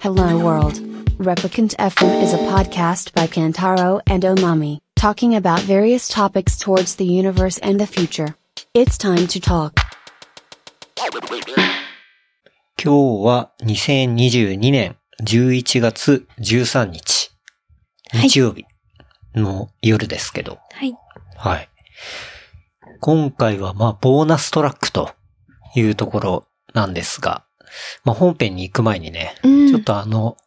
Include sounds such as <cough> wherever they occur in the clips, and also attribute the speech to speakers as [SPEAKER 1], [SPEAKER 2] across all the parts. [SPEAKER 1] Hello World. Replicant FM is a podcast by Kantaro and Omami, talking about various topics towards the universe and the future. It's time to talk.
[SPEAKER 2] 今日は2022年11月13日、
[SPEAKER 3] はい
[SPEAKER 2] 日曜日の夜ですけど、
[SPEAKER 3] はい。
[SPEAKER 2] はい。今回はまあ、ボーナストラックというところなんですが、まあ本編に行く前にね、
[SPEAKER 3] うん
[SPEAKER 2] ちょっとあの、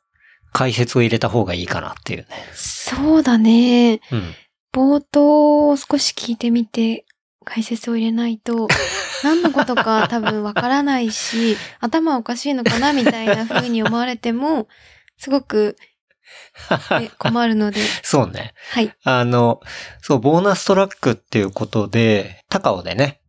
[SPEAKER 2] 解説を入れた方がいいかなっていうね。
[SPEAKER 3] そうだね。
[SPEAKER 2] うん。
[SPEAKER 3] 冒頭を少し聞いてみて、解説を入れない
[SPEAKER 2] <laughs>
[SPEAKER 3] と、何のことか多分わからないし、頭おかしいのかなみたいな風に思われても、すご
[SPEAKER 2] <laughs>
[SPEAKER 3] くえ困るので。
[SPEAKER 2] そうね。
[SPEAKER 3] はい。
[SPEAKER 2] あの、そう、ボーナストラックっていうことで、高尾でね、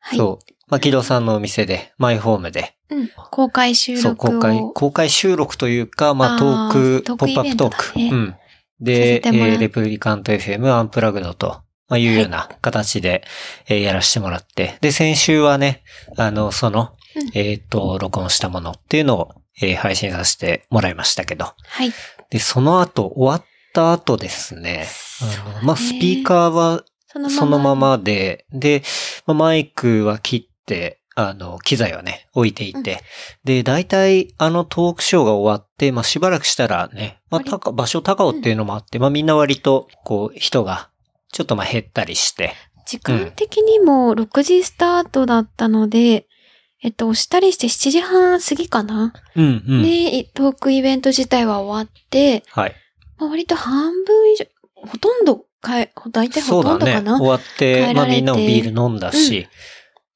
[SPEAKER 3] はい。
[SPEAKER 2] そう、まあ、木戸さんのお店で、マイホームで、
[SPEAKER 3] うん。公開収
[SPEAKER 2] そう、
[SPEAKER 3] 録
[SPEAKER 2] 公
[SPEAKER 3] を。
[SPEAKER 2] 開、公開収録というか、まあ、トーク、
[SPEAKER 3] あートー
[SPEAKER 2] ポ
[SPEAKER 3] ク
[SPEAKER 2] ップアップトー
[SPEAKER 3] イ
[SPEAKER 2] ク。
[SPEAKER 3] ベント
[SPEAKER 2] う
[SPEAKER 3] だ
[SPEAKER 2] ん。で、え
[SPEAKER 3] させてもらう
[SPEAKER 2] ーレプリカント FM アンプラグドと、まあ、いうような形で、えーやらせてもらって、で、先週はね、あの、その
[SPEAKER 3] うん、
[SPEAKER 2] えーっと、録音したものっていうのを、えー配信させてもらいましたけど、
[SPEAKER 3] はい。
[SPEAKER 2] で、その後、終わった後ですね、あのまあ、スピーカーは
[SPEAKER 3] そのまま。
[SPEAKER 2] そのま。まで、で、まあマイクは切って、あの、機材はね、置いていて、で、大体、あのトークショーが終わって、まあ、しばらくしたらね、まあ、
[SPEAKER 3] 割
[SPEAKER 2] たか場所高尾っていうのもあって、まあ、みんな割と、こう、人が、ちょっとまあ、減ったりして、
[SPEAKER 3] 時間的にも6時スタートだったので、えっと、押したりして7時半過ぎかな。
[SPEAKER 2] うんうん。
[SPEAKER 3] ね、いトークイベント自体は終わって、
[SPEAKER 2] はい。
[SPEAKER 3] まあ、割と半分以上、ほとんどかえ、大体
[SPEAKER 2] そ
[SPEAKER 3] ほ
[SPEAKER 2] う
[SPEAKER 3] と
[SPEAKER 2] だ
[SPEAKER 3] んどか
[SPEAKER 2] ね。
[SPEAKER 3] な。
[SPEAKER 2] 終わっ
[SPEAKER 3] 帰ら
[SPEAKER 2] て、
[SPEAKER 3] れて
[SPEAKER 2] まあ、みんなもビール飲んだし、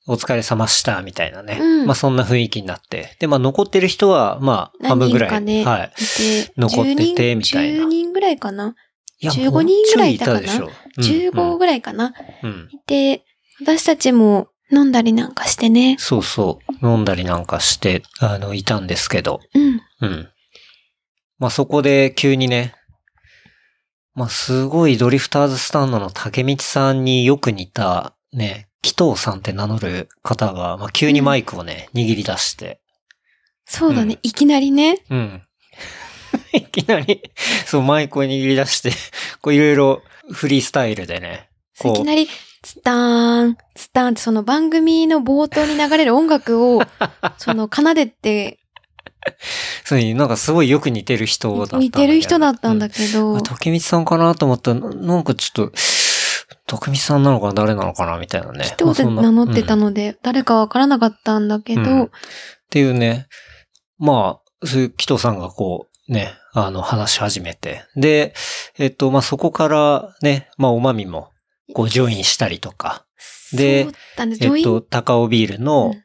[SPEAKER 2] お疲れ様した、みたいなね。
[SPEAKER 3] うん
[SPEAKER 2] まあ、そんな雰囲気になって。で、まあ、残ってる人は、まあ、半分
[SPEAKER 3] 何
[SPEAKER 2] ぐ
[SPEAKER 3] 人
[SPEAKER 2] らい。
[SPEAKER 3] かね、
[SPEAKER 2] はい。
[SPEAKER 3] いて、
[SPEAKER 2] 残ってて
[SPEAKER 3] 10人
[SPEAKER 2] みたいな
[SPEAKER 3] 10人ぐらいかな。
[SPEAKER 2] いや
[SPEAKER 3] 15人ぐらいいたか
[SPEAKER 2] も
[SPEAKER 3] な
[SPEAKER 2] うちょいいたでしょ。
[SPEAKER 3] 15
[SPEAKER 2] ぐ
[SPEAKER 3] ぐらいかな。
[SPEAKER 2] らい。うん
[SPEAKER 3] いて、私たちも飲んだりなんかしてね。
[SPEAKER 2] そうそう。飲んだりなんかして、あの、いたんですけど。
[SPEAKER 3] うん。
[SPEAKER 2] うん。まあ、そこで急にね、まあ、すごいドリフターズスタンドの竹道さんによく似た、ね、紀藤さんって名乗る方が、まあ、急にマイクをね、握り出して。
[SPEAKER 3] そうだね、
[SPEAKER 2] うん
[SPEAKER 3] いきなりね。
[SPEAKER 2] うん。 <laughs> いきなり、そう、マイクを握り出して、こう、いろいろフリースタイルでね。
[SPEAKER 3] いき
[SPEAKER 2] こう
[SPEAKER 3] なり、ツターン、ツターンってその番組の冒頭に流れる
[SPEAKER 2] <laughs>
[SPEAKER 3] 音楽を、その奏でって、
[SPEAKER 2] そういう、なんかすごいよく似てる人だったんだけど。
[SPEAKER 3] 似てる人だったんだ
[SPEAKER 2] け
[SPEAKER 3] けど、
[SPEAKER 2] あ、竹光さんかなと思ったら、ななんかちょっと、竹光さんなのかな誰なのかなみたいなね。
[SPEAKER 3] どうで名乗ってた
[SPEAKER 2] の、
[SPEAKER 3] ので、誰かわからなかったんだけど、
[SPEAKER 2] うんっていうね。まあ、そういう紀藤さんがこう、ね、あの、話し始めて。で、えっと、まあそこからね、まあおまみも、こう、ジョインしたりとか。で
[SPEAKER 3] そうだね、ジョ
[SPEAKER 2] えっ
[SPEAKER 3] イン、
[SPEAKER 2] と、高尾ビール
[SPEAKER 3] う
[SPEAKER 2] の
[SPEAKER 3] ん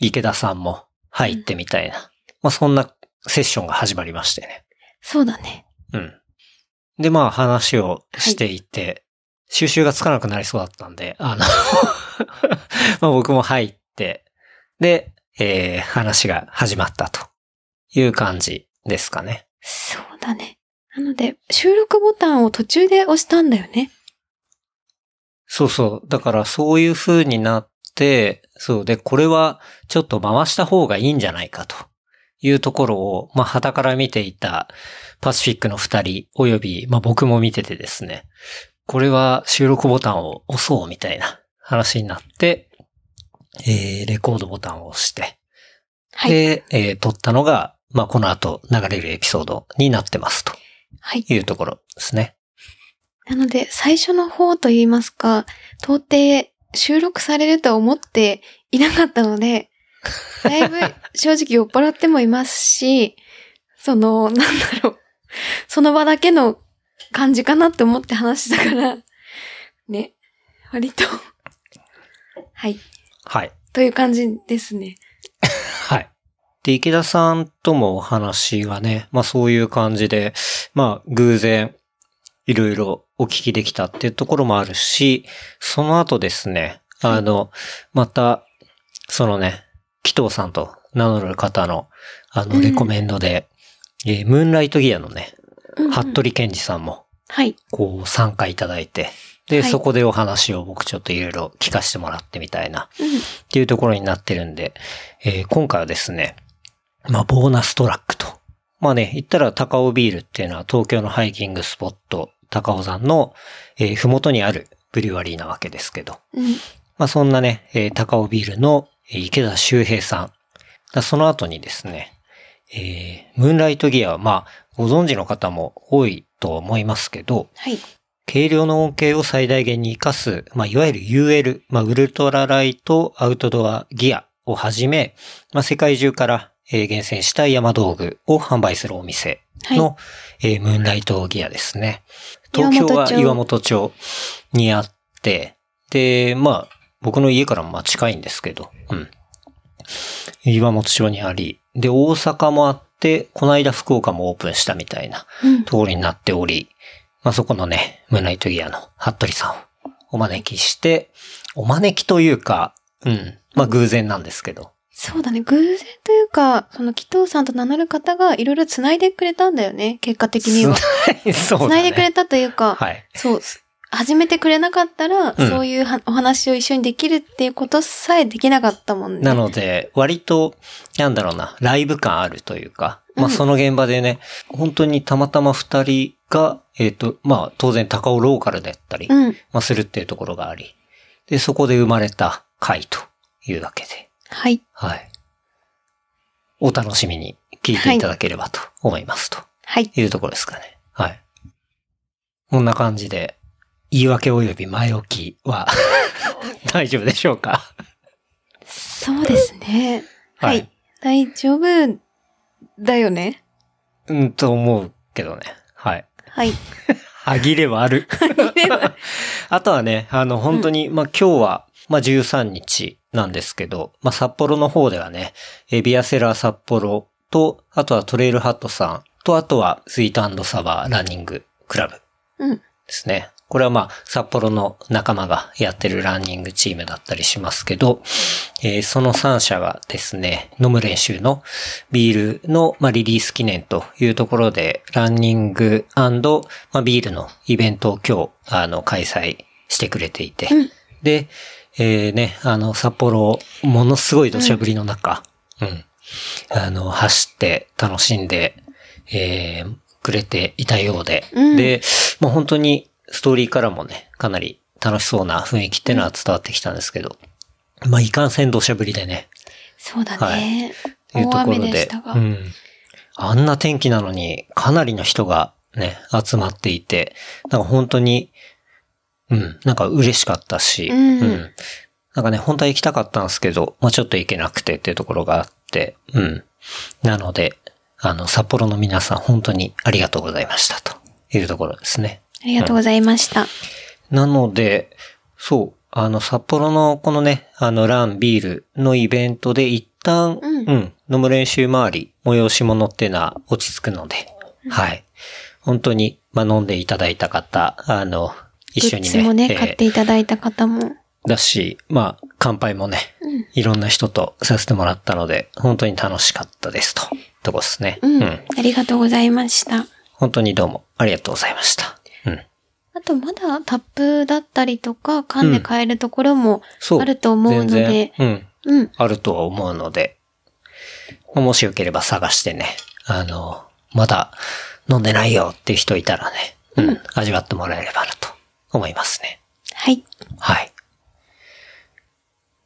[SPEAKER 2] 池田さんも入ってみたいな。まあそんなセッションが始まりましてね。
[SPEAKER 3] そうだね。
[SPEAKER 2] うん。で、まあ話をしていて、収集がつかなくなりそうだったんで、あの、 <laughs> まあ僕も入って、で、えー話が始まったという感じですかね。
[SPEAKER 3] そうだね。なので、収録ボタンを途中で押したんだよね。
[SPEAKER 2] そうそう。だからそういう風になって、そう。で、これはちょっと回した方がいいんじゃないかというところを、まあ、旗から見ていたパシフィックの二人、および、まあ、僕も見ててですね、これは収録ボタンを押そうみたいな話になって、えー、レコードボタンを押して、
[SPEAKER 3] はい。
[SPEAKER 2] で、えー、撮ったのが、まあ、この後流れるエピソードになってますと
[SPEAKER 3] はい。
[SPEAKER 2] いうところですね。
[SPEAKER 3] なので、最初の方といいますか、到底収録されるとは思っていなかった
[SPEAKER 2] <laughs>
[SPEAKER 3] ので、だいぶ正直酔っ払ってもいますし、その、なんだろう。その場だけの感じかなって思って話したから、ね。割と。はい。
[SPEAKER 2] はい。
[SPEAKER 3] という感じですね。
[SPEAKER 2] はい。で、池田さんともお話はね、まあそういう感じで、まあ偶然、いろいろお聞きできたっていうところもあるし、その後ですね、あの、また、そのね、紀藤さんと名乗る方の、あ
[SPEAKER 3] う
[SPEAKER 2] の、
[SPEAKER 3] ん
[SPEAKER 2] レコメンドで、えームーンライトギアのね、
[SPEAKER 3] うんうん
[SPEAKER 2] 服部健二さんも、
[SPEAKER 3] はい。
[SPEAKER 2] こう、参加いただいて、で、
[SPEAKER 3] はい
[SPEAKER 2] そこでお話を僕ちょっといろいろ聞かせてもらってみたいな
[SPEAKER 3] うん
[SPEAKER 2] っていうところになってるんで、えー今回はですね、まあ、ボーナストラックとまあね、言ったら高尾ビールっていうのは東京のハイキングスポット、高尾山の、えー、ふもとにあるブリュワリーなわけですけど。
[SPEAKER 4] うん。
[SPEAKER 2] まあそんなね、えー高尾ビールのえー池田修平さん。だその後にですね、えームーンライトギアは、まあ、ご存知の方も多いと思いますけど、
[SPEAKER 4] はい。
[SPEAKER 2] 軽量の恩恵を最大限に活かす、まあ、いわゆる UL、まあ、ウルトラライトアウトドアギアをはじめ、まあ、世界中から、えー厳選した山道具を販売するお店
[SPEAKER 4] はい。
[SPEAKER 2] の、えームーンライトギアですね。
[SPEAKER 4] 岩
[SPEAKER 2] 東
[SPEAKER 4] 本町
[SPEAKER 2] 京は岩本町にあって、で、まあ、僕の家からもまあ近いんですけど、うん。岩本町にあり、で、大阪もあって、この間福岡もオープンしたみたいな
[SPEAKER 4] うん。
[SPEAKER 2] 通りになっており、まあ、そこのね、ムーンライトギアの服部さんをお招きして、お招きというか、うん、まあ偶然なんですけど、
[SPEAKER 4] そうだね。偶然というか、その紀藤さんと名乗る方がいろいろ繋いでくれたんだよね。結果的には。
[SPEAKER 2] い、 <laughs> そうだね。
[SPEAKER 4] 繋いでくれたというか、
[SPEAKER 2] はい。
[SPEAKER 4] そう。始めてくれなかったら、
[SPEAKER 2] うん
[SPEAKER 4] そういうはお話を一緒にできるっていうことさえできなかったもんね。
[SPEAKER 2] なので、割と、なんだろうな、ライブ感あるというか、ま
[SPEAKER 4] う
[SPEAKER 2] あ
[SPEAKER 4] ん
[SPEAKER 2] その現場でね、本当にたまたま二人が、えっ、と、まあ当然高尾ローカルだったり、
[SPEAKER 4] うん。
[SPEAKER 2] まあするっていうところがあり、で、そこで生まれた回というわけで、
[SPEAKER 4] はい。
[SPEAKER 2] はい。お楽しみに聞いていただければと思います、
[SPEAKER 4] はい。
[SPEAKER 2] というところですかね。はい。こんな感じで、言い訳及び前置きは <laughs> 大丈夫でしょうか
[SPEAKER 4] そうですね。は
[SPEAKER 2] はい
[SPEAKER 4] い。大丈夫だよね。
[SPEAKER 2] うん、と思うけどね。はい。
[SPEAKER 4] はい。
[SPEAKER 2] 歯切れはある。あとはね、あの、本当に、まあ、今日は、まあ、13日なんですけど、まあ、札幌の方ではね、えービアセラー札幌と、あとはトレイルハットさんと、あとはスイートサワーランニングクラブ
[SPEAKER 4] うん。
[SPEAKER 2] ですね。これはまあ、札幌の仲間がやってるランニングチームだったりしますけど、えーその3社がですね、飲む練習のビールの、まあ、リリース記念というところで、ランニングまあ、ビールのイベントを今日、あの、開催してくれていて、
[SPEAKER 4] うん
[SPEAKER 2] で、えーね、あの、札幌、ものすごい土砂降りの中、うん。あの、走って楽しんで、えーくれていたようで、
[SPEAKER 4] うん
[SPEAKER 2] で、まあ、本当にストーリーからもね、かなり楽しそうな雰囲気ってのは伝わってきたんですけど、まあ、いかんせん土砂降りでね、
[SPEAKER 4] そうだね。
[SPEAKER 2] っていうと
[SPEAKER 4] 大
[SPEAKER 2] ころ
[SPEAKER 4] 雨
[SPEAKER 2] で、
[SPEAKER 4] でしたが。
[SPEAKER 2] うん。あんな天気なのに、かなりの人がね、集まっていて、なんか本当に、うん、なんか嬉しかったし、
[SPEAKER 4] うん
[SPEAKER 2] なんかね、本当は行きたかったんですけど、まあちょっと行けなくてっていうところがあって、うん。なので、あの、札幌の皆さん本当にありがとうございましたというところですね。
[SPEAKER 4] ありがとうございました。
[SPEAKER 2] なので、そう、あの、札幌のこのね、あの、ラン、ビールのイベントで一旦、
[SPEAKER 4] うん
[SPEAKER 2] 飲む練習回り、催し物っていうのは落ち着くので、はい。本当に、まあ、飲んでいただいた方、あの、一緒にね、
[SPEAKER 4] グッズもね、
[SPEAKER 2] えー
[SPEAKER 4] 買っていただいた方も。
[SPEAKER 2] だし、まあ、乾杯もね、いろんな人とさせてもらったので、本当に楽しかったですと、とこですね。
[SPEAKER 4] うん。ありがとうございました。
[SPEAKER 2] 本当にどうもありがとうございました。うん。
[SPEAKER 4] あと、まだタップだったりとか、缶で買えるところも
[SPEAKER 2] そう。
[SPEAKER 4] あると思うので
[SPEAKER 2] 全、然うん。
[SPEAKER 4] うん。
[SPEAKER 2] あるとは思うので、まあもしよければ探してね、あの、まだ飲んでないよっていう人いたらね、うん、味わってもらえればなと思いますね。
[SPEAKER 4] はい。
[SPEAKER 2] はい。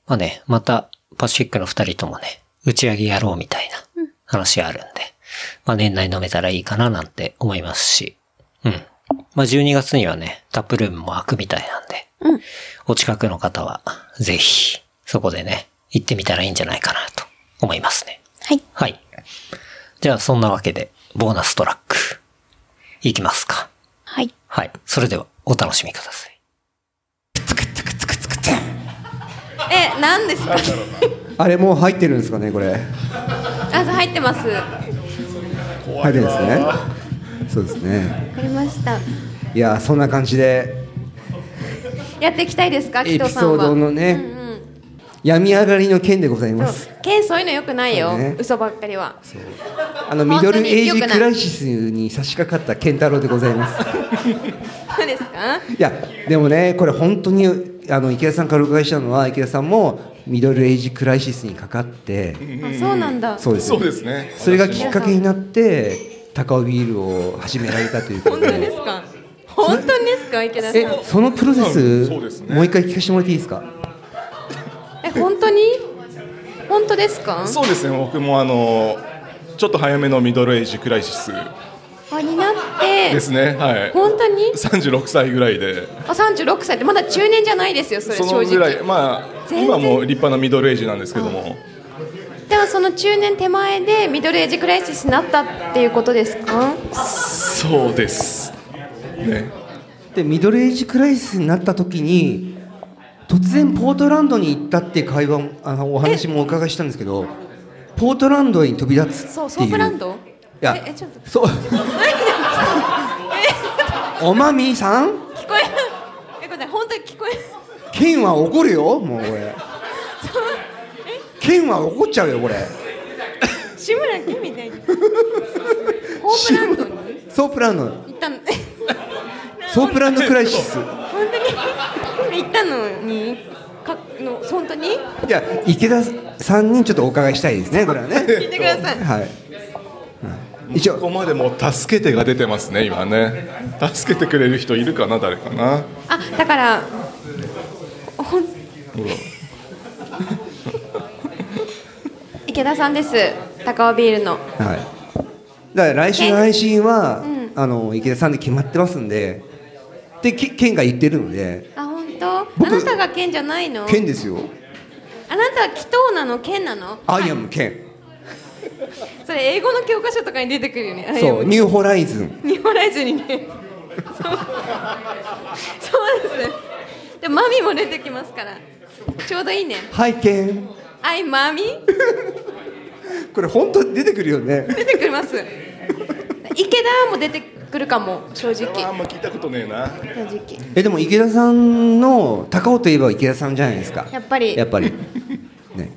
[SPEAKER 2] まあね、またパシフィックの二人ともね、打ち上げやろうみたいな話があるんで、まあ年内飲めたらいいかななんて思いますし、うん。まあ12月にはね、タップルームも開くみたいなんで、
[SPEAKER 4] うん。
[SPEAKER 2] お近くの方は、ぜひ、そこでね、行ってみたらいいんじゃないかなと思いますね。
[SPEAKER 4] はい。
[SPEAKER 2] はい。じゃあ、そんなわけで、ボーナストラック、いきますか。
[SPEAKER 4] はい。
[SPEAKER 2] はい。それでは、お楽しみください。
[SPEAKER 4] え、何ですか
[SPEAKER 5] あれもう入ってるんですかねこれ
[SPEAKER 4] あ、入ってます。わ
[SPEAKER 5] 入ってるんですねそうですね
[SPEAKER 4] かりました。
[SPEAKER 5] いやそんな感じで
[SPEAKER 4] やっていきたいですか
[SPEAKER 5] エピソードのね、病み上がりの件でございます
[SPEAKER 4] ケンそういうの良くない
[SPEAKER 5] そうね
[SPEAKER 4] 嘘ばっかりは。
[SPEAKER 5] あのミドルエイ
[SPEAKER 4] 本当に良くな
[SPEAKER 5] ジ
[SPEAKER 4] い
[SPEAKER 5] クライシスに差し掛かった健太郎でございます
[SPEAKER 4] そうですか
[SPEAKER 5] いやでもねこれ本当にあの池田さんからお伺いしたのは池田さんもミドルエイジクライシスにかかって
[SPEAKER 4] あ、そうなんだ。
[SPEAKER 5] そうです
[SPEAKER 6] そ
[SPEAKER 5] よ
[SPEAKER 6] う
[SPEAKER 5] ね
[SPEAKER 6] ですね。
[SPEAKER 5] それがきっかけになって高尾ビールを始められたというこ
[SPEAKER 3] 本
[SPEAKER 5] と
[SPEAKER 3] 当です
[SPEAKER 5] で
[SPEAKER 3] か本当ですか池田さん
[SPEAKER 5] えそのプロセ
[SPEAKER 6] うん
[SPEAKER 5] ス
[SPEAKER 6] そうですね
[SPEAKER 5] もう一回聞かせてもらっていいですか
[SPEAKER 3] え本当に本当ですか
[SPEAKER 6] そうですね。僕もあのちょっと早めのミドルエイジクライシス
[SPEAKER 3] あになって
[SPEAKER 6] ですね。はい。
[SPEAKER 3] 本当に
[SPEAKER 6] 三十六歳ぐらいで、
[SPEAKER 3] あ36歳ってまだ中年じゃないですよそれ
[SPEAKER 6] その
[SPEAKER 3] 正
[SPEAKER 6] ぐら
[SPEAKER 3] 直
[SPEAKER 6] い、まあ
[SPEAKER 3] 全然
[SPEAKER 6] 今も立派なミドルエイジなんですけども、
[SPEAKER 3] ではその中年手前でミドルエイジクライシスになったっていうことですか
[SPEAKER 6] そうです。ね。
[SPEAKER 5] でミドルエイジクライシスになった時に突然ポートランドに行ったっていう会話もあのお話もお伺いしたんですけどポートランドに飛び立つっていう
[SPEAKER 3] そうソープランド
[SPEAKER 5] いや
[SPEAKER 3] ええちょっと
[SPEAKER 5] そうおまみさん
[SPEAKER 3] 聞こええこれ本当に聞こえ
[SPEAKER 5] ケンは怒るよもうこれケンは怒っちゃうよこれ
[SPEAKER 3] 志村けんみたいにホープランドに
[SPEAKER 5] ソープランド
[SPEAKER 3] 行ったの <laughs>
[SPEAKER 5] ソープランドクライシスい
[SPEAKER 3] 本当に行ったのにかの本当に
[SPEAKER 5] や池田さんにちょっとお伺いしたいですねこれは
[SPEAKER 3] 聞い
[SPEAKER 5] ね
[SPEAKER 3] てください
[SPEAKER 5] はいうん一
[SPEAKER 6] ここ
[SPEAKER 5] 応
[SPEAKER 6] までもう助けてが出てますね今ね。助けてくれる人いるかな誰かな。
[SPEAKER 3] あだからほん
[SPEAKER 6] ほら
[SPEAKER 3] <laughs> 池田さんです高尾ビールの
[SPEAKER 5] はい。だから来週の配信は、あの池田さんで決まってますんで、でけ県が言ってるので、
[SPEAKER 3] あ本当あ
[SPEAKER 5] 僕
[SPEAKER 3] なたがケンじゃないの
[SPEAKER 5] 県ですよ。
[SPEAKER 3] あなたは祈祷なのケンなの
[SPEAKER 5] アイアム県。
[SPEAKER 3] それ英語の教科書とかに出てくるよね
[SPEAKER 5] そう、ニューホライズン。
[SPEAKER 3] 日本ライズにねそうそうですでマミも出てきますからちょうどいいね
[SPEAKER 5] はい、県。
[SPEAKER 3] アイマミ
[SPEAKER 5] これ本当に出てくるよね。
[SPEAKER 3] 出てくます池田も出てくるかも正
[SPEAKER 6] あ
[SPEAKER 3] 直
[SPEAKER 6] んま聞いたことねえな。
[SPEAKER 3] 正直
[SPEAKER 5] え、でも池田さんの高尾といえば池田さんじゃないですか。
[SPEAKER 3] やっぱり
[SPEAKER 5] やっぱり。ね。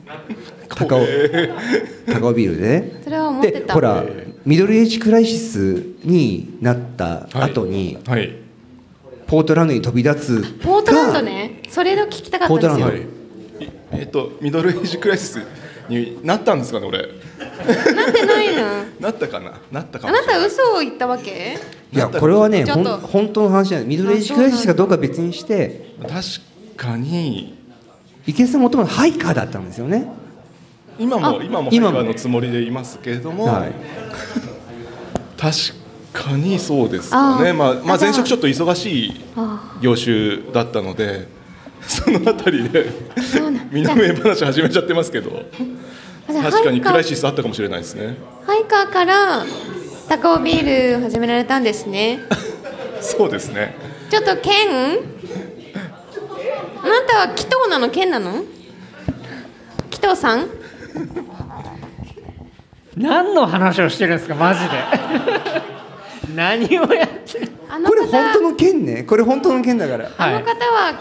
[SPEAKER 5] 高尾。
[SPEAKER 3] <laughs>
[SPEAKER 5] 高尾ビールでね。
[SPEAKER 3] それは思って
[SPEAKER 5] で、
[SPEAKER 3] た
[SPEAKER 5] ほら、ミドルエイジクライシスになった後に、
[SPEAKER 6] はい。
[SPEAKER 5] ポートランドに飛び立つ。
[SPEAKER 3] ポートランド。ねそれを聞きたかったんです
[SPEAKER 5] ポートラ
[SPEAKER 3] よ
[SPEAKER 5] ン
[SPEAKER 6] はい。いえっとミドルエイジクライシスになったんですかね俺。
[SPEAKER 3] なってないの
[SPEAKER 6] なったかな。なったか
[SPEAKER 3] あ
[SPEAKER 6] もし
[SPEAKER 3] な
[SPEAKER 6] れない
[SPEAKER 3] た嘘を言ったわけ
[SPEAKER 5] いやこれはね
[SPEAKER 3] ちょ
[SPEAKER 5] ほ
[SPEAKER 3] っ
[SPEAKER 5] ん
[SPEAKER 3] と
[SPEAKER 5] 本当の話じゃないミドルエイジクライシスかどうかは別にして
[SPEAKER 6] 確かに
[SPEAKER 5] 池江さんもともとハイカーだったんですよね
[SPEAKER 6] 今も今も
[SPEAKER 5] 今も
[SPEAKER 6] 今のつもりでいますけれども、
[SPEAKER 5] はい
[SPEAKER 6] 確かにそうですかね
[SPEAKER 3] あー
[SPEAKER 6] まあ、ま
[SPEAKER 3] あ
[SPEAKER 6] あ
[SPEAKER 3] じゃあ
[SPEAKER 6] 前職ちょっと忙しい業種だったのでそのあたりで
[SPEAKER 3] そうなん
[SPEAKER 6] 身の上話始めちゃってますけど
[SPEAKER 3] じゃあ
[SPEAKER 6] 確か
[SPEAKER 3] ハ
[SPEAKER 6] に
[SPEAKER 3] イカー
[SPEAKER 6] クライシスあったかもしれないですね
[SPEAKER 3] ハイカーから高尾ビールを始められたんですね
[SPEAKER 6] そうですね
[SPEAKER 3] ちょっとケンあなたは紀藤なのケンなの紀藤さん
[SPEAKER 7] 何の話をしてるんですかマジで
[SPEAKER 3] <laughs>
[SPEAKER 7] 何をやってる
[SPEAKER 3] あの
[SPEAKER 5] こ
[SPEAKER 3] 方
[SPEAKER 5] れ本当の件ねこれ本当の件だから
[SPEAKER 3] あの方は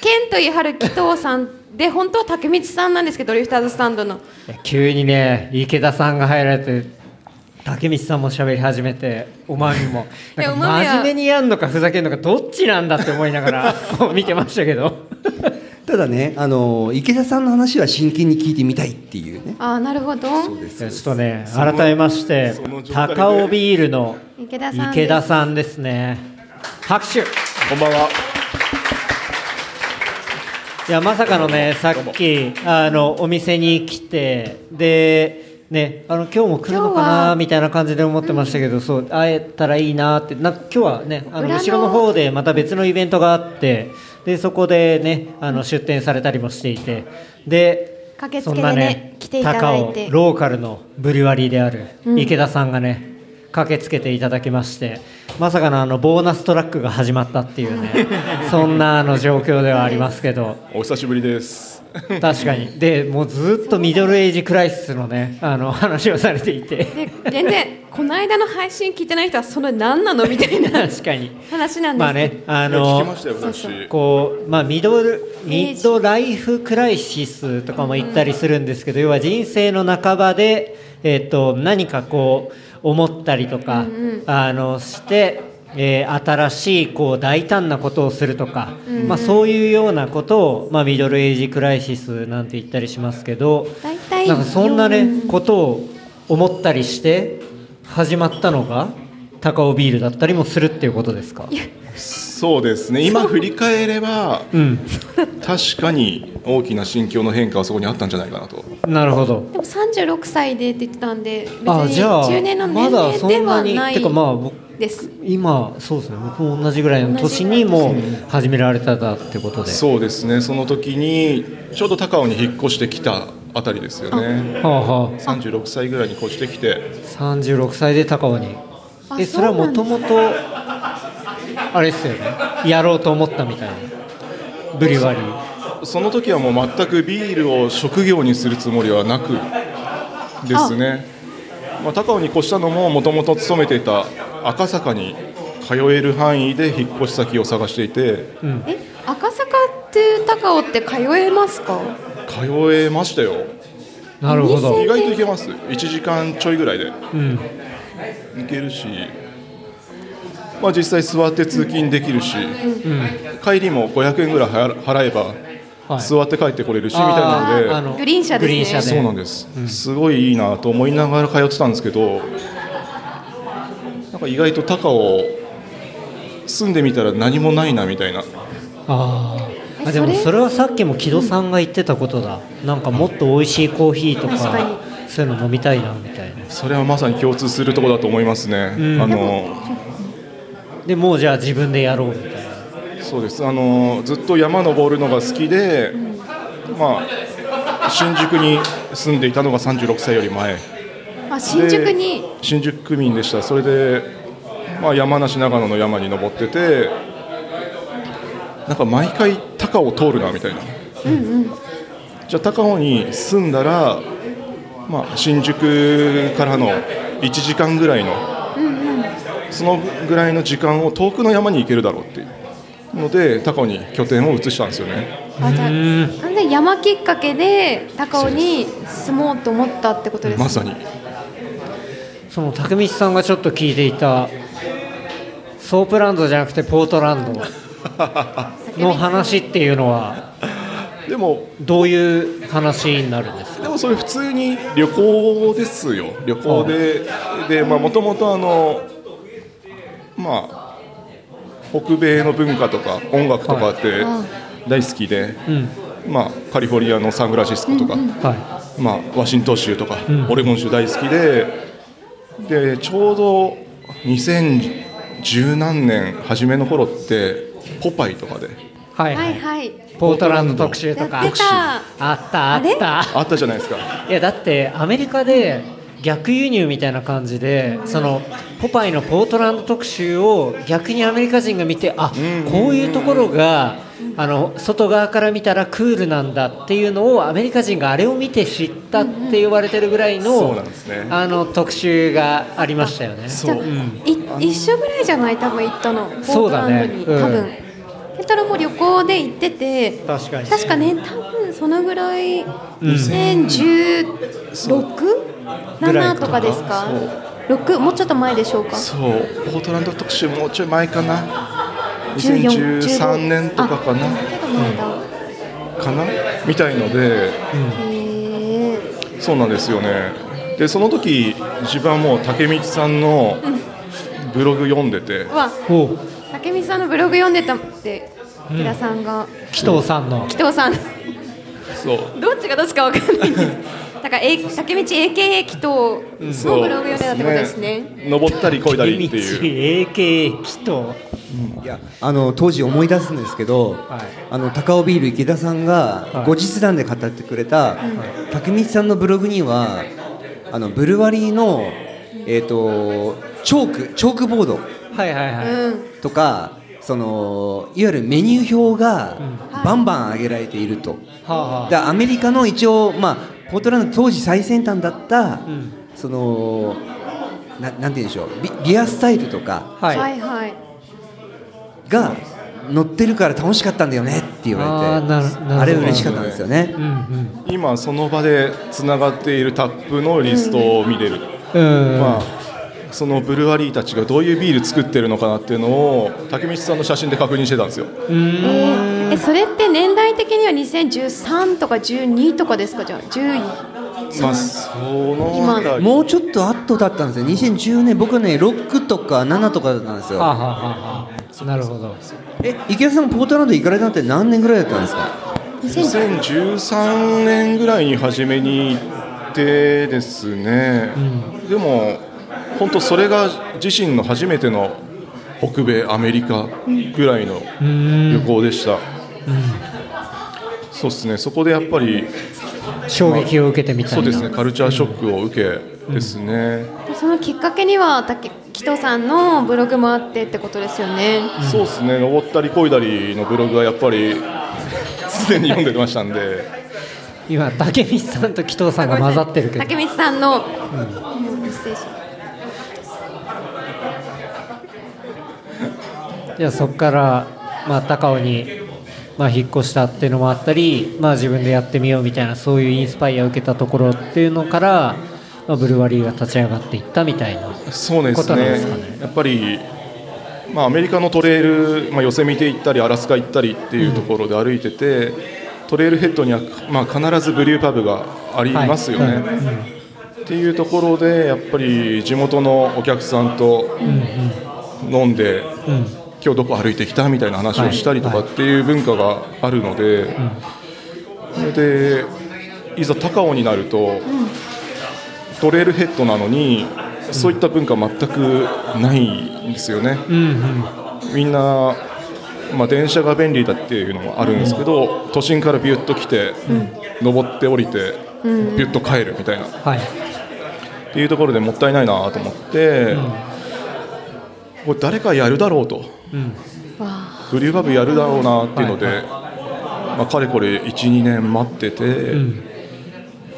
[SPEAKER 3] ケンと言い張る紀藤さんで本当は竹光さんなんですけどドリフターズスタンドの
[SPEAKER 7] いや急にね池田さんが入られて竹道さんも喋り始めておまみも
[SPEAKER 3] <laughs> いや
[SPEAKER 7] なんか
[SPEAKER 3] おまみは
[SPEAKER 7] 真面目にやんのかふざけんのかどっちなんだって思いながら <laughs> こう見てましたけど
[SPEAKER 5] ただねあの池田さんの話は真剣に聞いてみたいっていうね
[SPEAKER 3] ああなるほど
[SPEAKER 7] いやちょっとね改めまして
[SPEAKER 6] その状態で
[SPEAKER 7] 高尾ビールの
[SPEAKER 3] 池田さんです
[SPEAKER 7] 池田さんですね拍手
[SPEAKER 6] こんばんはい
[SPEAKER 7] やまさかのねさっきあのお店に来てでねあの今日も来る
[SPEAKER 3] 今日
[SPEAKER 7] のか
[SPEAKER 3] は
[SPEAKER 7] なみたいな感じで思ってましたけど、そう会えたらいいなってなんか今日はねあの
[SPEAKER 3] 裏の
[SPEAKER 7] 後ろの方でまた別のイベントがあってでそこでねあの出店されたりもしていてで
[SPEAKER 3] 駆けつ
[SPEAKER 7] そ
[SPEAKER 3] け
[SPEAKER 7] ん
[SPEAKER 3] でね
[SPEAKER 7] な
[SPEAKER 3] 来ていただいて
[SPEAKER 7] 高尾ローカルのブリュワリーである池田さんがね、駆けつけていただきましてまさかのあのボーナストラックが始まったっていうね
[SPEAKER 3] <laughs>
[SPEAKER 7] そんなあの状況ではありますけど。
[SPEAKER 6] お久しぶりです
[SPEAKER 7] 確かにでもうずっとミドルエイジクライシスのねあの話をされていて
[SPEAKER 3] で全然この間の配信聞いてない人はそれ何なのみたいな
[SPEAKER 7] <laughs> 確かに
[SPEAKER 3] 話なんですけど
[SPEAKER 7] まあねあ
[SPEAKER 6] 聞
[SPEAKER 7] の
[SPEAKER 6] きましたよ私
[SPEAKER 7] こうまあミドル
[SPEAKER 3] エイジ
[SPEAKER 7] ミッドライフクライシスとかも言ったりするんですけど、要は人生の半ばでえっ、と何かこう思ったりとか、あのしてえー新しいこう大胆なことをするとか、まあ、そういうようなことを、まあ、ミドルエイジ・クライシスなんて言ったりしますけど
[SPEAKER 4] 大体
[SPEAKER 7] なんかそんな、
[SPEAKER 4] う
[SPEAKER 7] ね、ことを思ったりして始まったのが高尾ビールだったりもするっていうことですか
[SPEAKER 6] そうですね今振り返れば
[SPEAKER 7] うん、
[SPEAKER 6] 確かに大きな心境の変化はそこにあったんじゃないかなと
[SPEAKER 7] なるほど
[SPEAKER 3] でも36歳でって言ってたんで別に
[SPEAKER 7] あじゃあ
[SPEAKER 3] 中年の年
[SPEAKER 7] まだ
[SPEAKER 3] 齢
[SPEAKER 7] そ
[SPEAKER 3] で
[SPEAKER 7] んな
[SPEAKER 3] は
[SPEAKER 7] に
[SPEAKER 3] ない
[SPEAKER 7] てかまあ僕
[SPEAKER 3] です
[SPEAKER 7] 今そうですね僕も同じぐらいの年にもう始められただってことで
[SPEAKER 6] そうですねその時にちょうど高尾に引っ越してきたあたりですよね
[SPEAKER 7] はあはあ
[SPEAKER 6] 36歳ぐらいに越してきて
[SPEAKER 7] 36歳で高尾にえそれはもともとあれですよねやろうと思ったみたいなブリュワリー
[SPEAKER 6] その時はもう全くビールを職業にするつもりはなくですね、まあ、高尾に越したのももともと勤めていた赤坂に通える範囲で引っ越し先を探していて
[SPEAKER 3] え赤坂って高尾って通えますか
[SPEAKER 6] 通えましたよ
[SPEAKER 7] なるほど
[SPEAKER 6] 意外と行けます1時間ちょいぐらいで
[SPEAKER 7] うん
[SPEAKER 6] 行けるし、まあ、実際座って通勤できるし、帰りも500円ぐらい払払えば
[SPEAKER 7] はい
[SPEAKER 6] 座って帰ってこれるしみたい
[SPEAKER 7] あー
[SPEAKER 6] な
[SPEAKER 7] あ
[SPEAKER 6] ので、
[SPEAKER 7] の
[SPEAKER 3] グリーン車ですね
[SPEAKER 7] グリーン車
[SPEAKER 6] そうなんです、すごいいいなと思いながら通ってたんですけどなんか意外と高尾住んでみたら何もないなみたいな
[SPEAKER 7] あーあ
[SPEAKER 3] え
[SPEAKER 7] でも
[SPEAKER 3] それ
[SPEAKER 7] それはさっきも木戸さんが言ってたことだ、なんかもっと美味しいコーヒーとか
[SPEAKER 3] 確かに
[SPEAKER 7] そういうの飲みたいなみたいな
[SPEAKER 6] それはまさに共通するところだと思いますね、
[SPEAKER 7] うん
[SPEAKER 6] あの
[SPEAKER 7] でもうじゃあ自分でやろうみたいな
[SPEAKER 6] そうですあのずっと山登るのが好きで、まあ新宿に住んでいたのが36歳より前
[SPEAKER 3] あ新宿に
[SPEAKER 6] で新宿区民でしたそれで、まあ、山梨長野の山に登っててなんか毎回高尾通るなみたいな、じゃあ高尾に住んだら、まあ、新宿からの1時間ぐらいの、そのぐらいの時間を遠くの山に行けるだろうっていうので高尾に拠点を移したんですよね
[SPEAKER 3] あじゃあなんで山きっかけで高尾に住もうと思ったってことです
[SPEAKER 6] ま
[SPEAKER 3] か
[SPEAKER 6] さに
[SPEAKER 7] その匠さんがちょっと聞いていたソープランドじゃなくてポートランドの話っていうのは
[SPEAKER 6] でも
[SPEAKER 7] どういう話になるんですか
[SPEAKER 6] でもそれ普通に旅行ですよ旅行ででまあもともとあのまあ北米の文化とか音楽とかって大好きで、
[SPEAKER 7] うん
[SPEAKER 6] まあカリフォルニアのサンフランシスコとか、
[SPEAKER 7] は
[SPEAKER 6] まあワシントン州とか、
[SPEAKER 7] ん
[SPEAKER 6] オレゴン州大好きででちょうど2010何年初めの頃ってポパイとかで
[SPEAKER 7] い、はいは
[SPEAKER 3] はいいはい
[SPEAKER 7] ポートランド特集とか
[SPEAKER 3] やってた
[SPEAKER 7] あったあった
[SPEAKER 6] あったじゃないですか
[SPEAKER 7] いやだってアメリカで逆輸入みたいな感じでそのポパイのポートランド特集を逆にアメリカ人が見てあこういうところがあの外側から見たらクールなんだっていうのをアメリカ人があれを見て知ったって言われてるぐらい
[SPEAKER 6] そう
[SPEAKER 7] の
[SPEAKER 6] なんですね
[SPEAKER 7] あの特集がありましたよね。
[SPEAKER 6] そう
[SPEAKER 3] い一緒ぐらいじゃない多分行ったのポー
[SPEAKER 7] そう
[SPEAKER 3] ト
[SPEAKER 7] だ
[SPEAKER 3] ラ
[SPEAKER 7] ね
[SPEAKER 3] ンドに、
[SPEAKER 7] うん
[SPEAKER 3] 多分ペトロも旅行で行ってて
[SPEAKER 7] 確かに
[SPEAKER 3] 確かね多分そのぐらい
[SPEAKER 7] んぐらい
[SPEAKER 3] 2016?7
[SPEAKER 7] かな
[SPEAKER 3] とかですか6もうちょっと前でしょうか
[SPEAKER 6] そう、ポートランド特集もうちょい前かな、
[SPEAKER 3] 14
[SPEAKER 6] 2013年とかかな
[SPEAKER 3] あ、ちょっと前だ、
[SPEAKER 6] かなみたいので、
[SPEAKER 3] へえ
[SPEAKER 6] そうなんですよね。で、その時自分はもう竹道さんのブログ読んでて、
[SPEAKER 3] うわ
[SPEAKER 7] お
[SPEAKER 3] 竹光さんのブログ読んでたって平さんが、
[SPEAKER 7] 紀藤さんの
[SPEAKER 3] 紀藤さん <laughs>
[SPEAKER 6] そう、
[SPEAKER 3] どっちがどっちかわかんないんですだからえ竹道 AKA 紀藤のブ
[SPEAKER 6] そう、
[SPEAKER 3] ログ読んでたってことですね、
[SPEAKER 6] 登ったりこいだり
[SPEAKER 7] 出
[SPEAKER 6] って
[SPEAKER 7] 道
[SPEAKER 6] いう。
[SPEAKER 7] AK 紀藤
[SPEAKER 5] いやあの当時思い出すんですけど、
[SPEAKER 7] い
[SPEAKER 5] あの高尾ビール池田さん
[SPEAKER 7] は
[SPEAKER 5] が
[SPEAKER 7] い
[SPEAKER 5] 後日談で語ってくれた、竹道さんのブログにはあのブルワリーの、えー、とチョークチョークボード
[SPEAKER 7] はいはいはい、
[SPEAKER 3] うん、
[SPEAKER 5] とかそのいわゆるメニュー表がバンバン上げられていると。
[SPEAKER 7] はあはあ
[SPEAKER 5] でアメリカの一応、まあ、ポートランド当時最先端だった、
[SPEAKER 7] ん
[SPEAKER 5] そのななんて言うんでしょうビビアスタイルとか
[SPEAKER 7] はい
[SPEAKER 3] はいはい
[SPEAKER 5] が乗ってるから楽しかったんだよねって言われ
[SPEAKER 7] あー
[SPEAKER 5] て
[SPEAKER 7] なるなるほど
[SPEAKER 5] あれ嬉しかったんですよね
[SPEAKER 7] う。ん
[SPEAKER 6] 今その場でつながっているタップのリストを見れる、
[SPEAKER 7] うんうん
[SPEAKER 6] まあそのブルワリーたちがどういうビール作ってるのかなっていうのを竹道さんの写真で確認してたんですよ
[SPEAKER 3] えーえそれって年代的には2013とか12とかですかじゃあ10
[SPEAKER 6] まあその
[SPEAKER 3] 今
[SPEAKER 6] あたり
[SPEAKER 5] もうちょっと後だったんですよ2010年僕はね6とか7とかだったんです
[SPEAKER 7] はあ、
[SPEAKER 5] よ
[SPEAKER 7] はあはあ、なるほど。
[SPEAKER 5] え池田さんポートランド行かれたのって何年ぐらいだったんですか
[SPEAKER 6] 2013年ぐらいに初めに行ってですね、でも本当それが自身の初めての北米アメリカぐらいの旅行でした、そうですねそこでやっぱり
[SPEAKER 7] 衝撃を受けてみたいな。
[SPEAKER 6] そうですねカルチャーショックを受けですね、
[SPEAKER 3] そのきっかけには竹木戸さんのブログもあってってことですよね
[SPEAKER 6] そうですね登ったり漕いだりのブログはやっぱり <laughs> 常に読んでましたんで
[SPEAKER 7] 今、竹光さんと紀藤さんが混ざってるけど。
[SPEAKER 3] 竹光さんの、うん失礼しま
[SPEAKER 7] じゃあそこから、まあ、高尾に、まあ、引っ越したっていうのもあったり、まあ、自分でやってみようみたいなそういうインスパイアを受けたところっていうのから、まあ、ブルワリーが立ち上がっていったみたいな
[SPEAKER 6] そうで
[SPEAKER 7] こ
[SPEAKER 6] す
[SPEAKER 7] と
[SPEAKER 6] ね
[SPEAKER 7] なんですかね
[SPEAKER 6] やっぱり、まあ、アメリカのトレイル、まあ、ヨセミテ行ったりアラスカ行ったりっていうところで歩いてて、トレイルヘッドには、まあ、必ずブリューパブがありますよね。
[SPEAKER 7] はいうん
[SPEAKER 6] っていうところでやっぱり地元のお客さんと飲んで、今日どこ歩いてきたみたいな話をしたりとかっていう文化があるので、でいざ高尾になると、トレイルヘッドなのにそういった文化全くないんですよね。みんなまあ、電車が便利だっていうのもあるんですけど、都心からビュッと来て、登って降りて、ビュッと帰るみたいな、
[SPEAKER 7] はい
[SPEAKER 6] っていうところでもったいないなと思って、これ誰かやるだろうと、ブリューバブやるだろうなっていうので、
[SPEAKER 7] はい
[SPEAKER 6] まあ、かれこれ12年待ってて、
[SPEAKER 3] す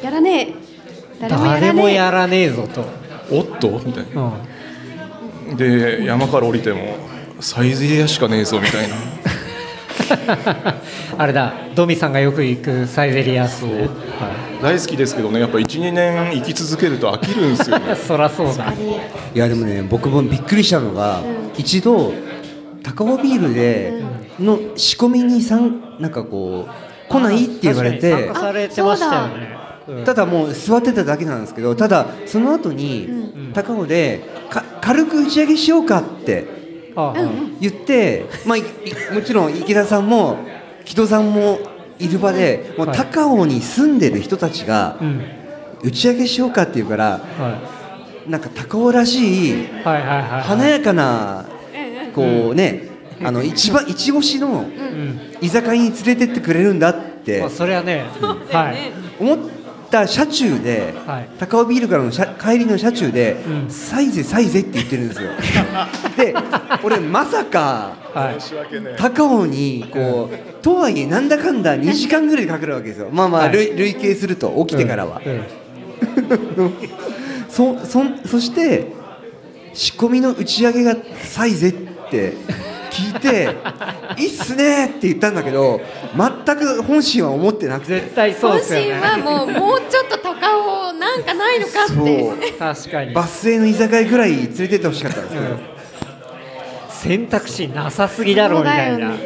[SPEAKER 3] やらねえ誰もやらねえ
[SPEAKER 7] 誰もやらねえぞと、、
[SPEAKER 6] おっとみたいうなんで山から降りてもサイズエアしかねえぞみたいな
[SPEAKER 7] あれだドミさんがよく行くサイゼリアスね、
[SPEAKER 6] 大好きですけどねやっぱ12年生き続けると飽きるんですよ
[SPEAKER 7] はい、 <laughs>
[SPEAKER 6] ね
[SPEAKER 7] そらそうだ
[SPEAKER 5] いやでもね僕もびっくりしたのが、一度高尾ビールでの仕込みにさんなんかこう来ないって言われて
[SPEAKER 7] 確かに参加されてましたよねうん
[SPEAKER 5] ただもう座ってただけなんですけどただその後に、高尾でか軽く打ち上げしようかって
[SPEAKER 7] ああ
[SPEAKER 5] 言って、まあ、いいもちろん池田さんも木戸さんもいる場でもう
[SPEAKER 7] はい
[SPEAKER 5] 高尾に住んでる人たちが
[SPEAKER 7] うん
[SPEAKER 5] 打ち上げしようかっていうから
[SPEAKER 7] は
[SPEAKER 5] なんか高尾らしい
[SPEAKER 7] いはいはいはい
[SPEAKER 5] 華やかなこうねあの一番一押しの
[SPEAKER 7] うん
[SPEAKER 5] 居酒屋に連れてってくれるんだって
[SPEAKER 7] まあ、それはねはい
[SPEAKER 5] 思った車中で
[SPEAKER 7] はい
[SPEAKER 5] 高尾ビールからの車帰りの車中で
[SPEAKER 7] う
[SPEAKER 5] 「
[SPEAKER 7] ん
[SPEAKER 5] サイゼサイゼ」って言ってるん
[SPEAKER 7] <laughs>
[SPEAKER 5] ですよ。で俺まさか
[SPEAKER 7] はい
[SPEAKER 6] 申し訳ねえ
[SPEAKER 5] 高尾にこうとはいえなんだかんだ2時間ぐらいかかるわけですよまあまあ
[SPEAKER 7] はい
[SPEAKER 5] 累累計すると起きてからは、
[SPEAKER 7] うんうん
[SPEAKER 5] そそそして仕込みの打ち上げがサイゼって聞い
[SPEAKER 6] <laughs>
[SPEAKER 5] て「いいっすね」って言ったんだけど全く本心は思ってなくて
[SPEAKER 7] 絶対そう
[SPEAKER 3] 本
[SPEAKER 7] ですよ
[SPEAKER 3] 心
[SPEAKER 7] ね
[SPEAKER 3] はもうもうちょっと高尾なんかないのかって
[SPEAKER 7] 確かに
[SPEAKER 5] バス停の居酒屋ぐらい連れてってほしかったんですけど、
[SPEAKER 7] 選択肢なさすぎだろうみたいな、
[SPEAKER 3] そう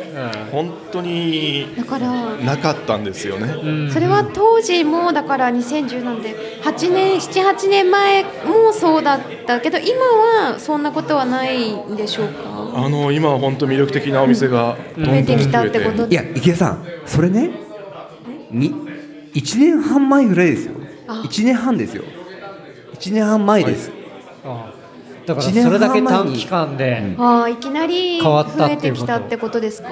[SPEAKER 6] 本当に
[SPEAKER 3] だから
[SPEAKER 6] なかったんですよね、
[SPEAKER 7] うん
[SPEAKER 3] それは当時もうだから2010なんで8年78年前もそうだったけど今はそんなことはないんでしょうか
[SPEAKER 6] あの今は本当魅力的なお店がどんどん増えて
[SPEAKER 3] 増えてきたってこと
[SPEAKER 5] いや池田さんそれねに1年半前ぐらいですよ
[SPEAKER 3] あ
[SPEAKER 5] 1年半ですよ1年半前です、
[SPEAKER 7] ああだからそれだけ短期間で、
[SPEAKER 3] ああいきなり
[SPEAKER 7] 変わった
[SPEAKER 3] 増
[SPEAKER 7] って
[SPEAKER 3] え
[SPEAKER 7] いうこ
[SPEAKER 3] てき
[SPEAKER 7] と
[SPEAKER 3] たってことですか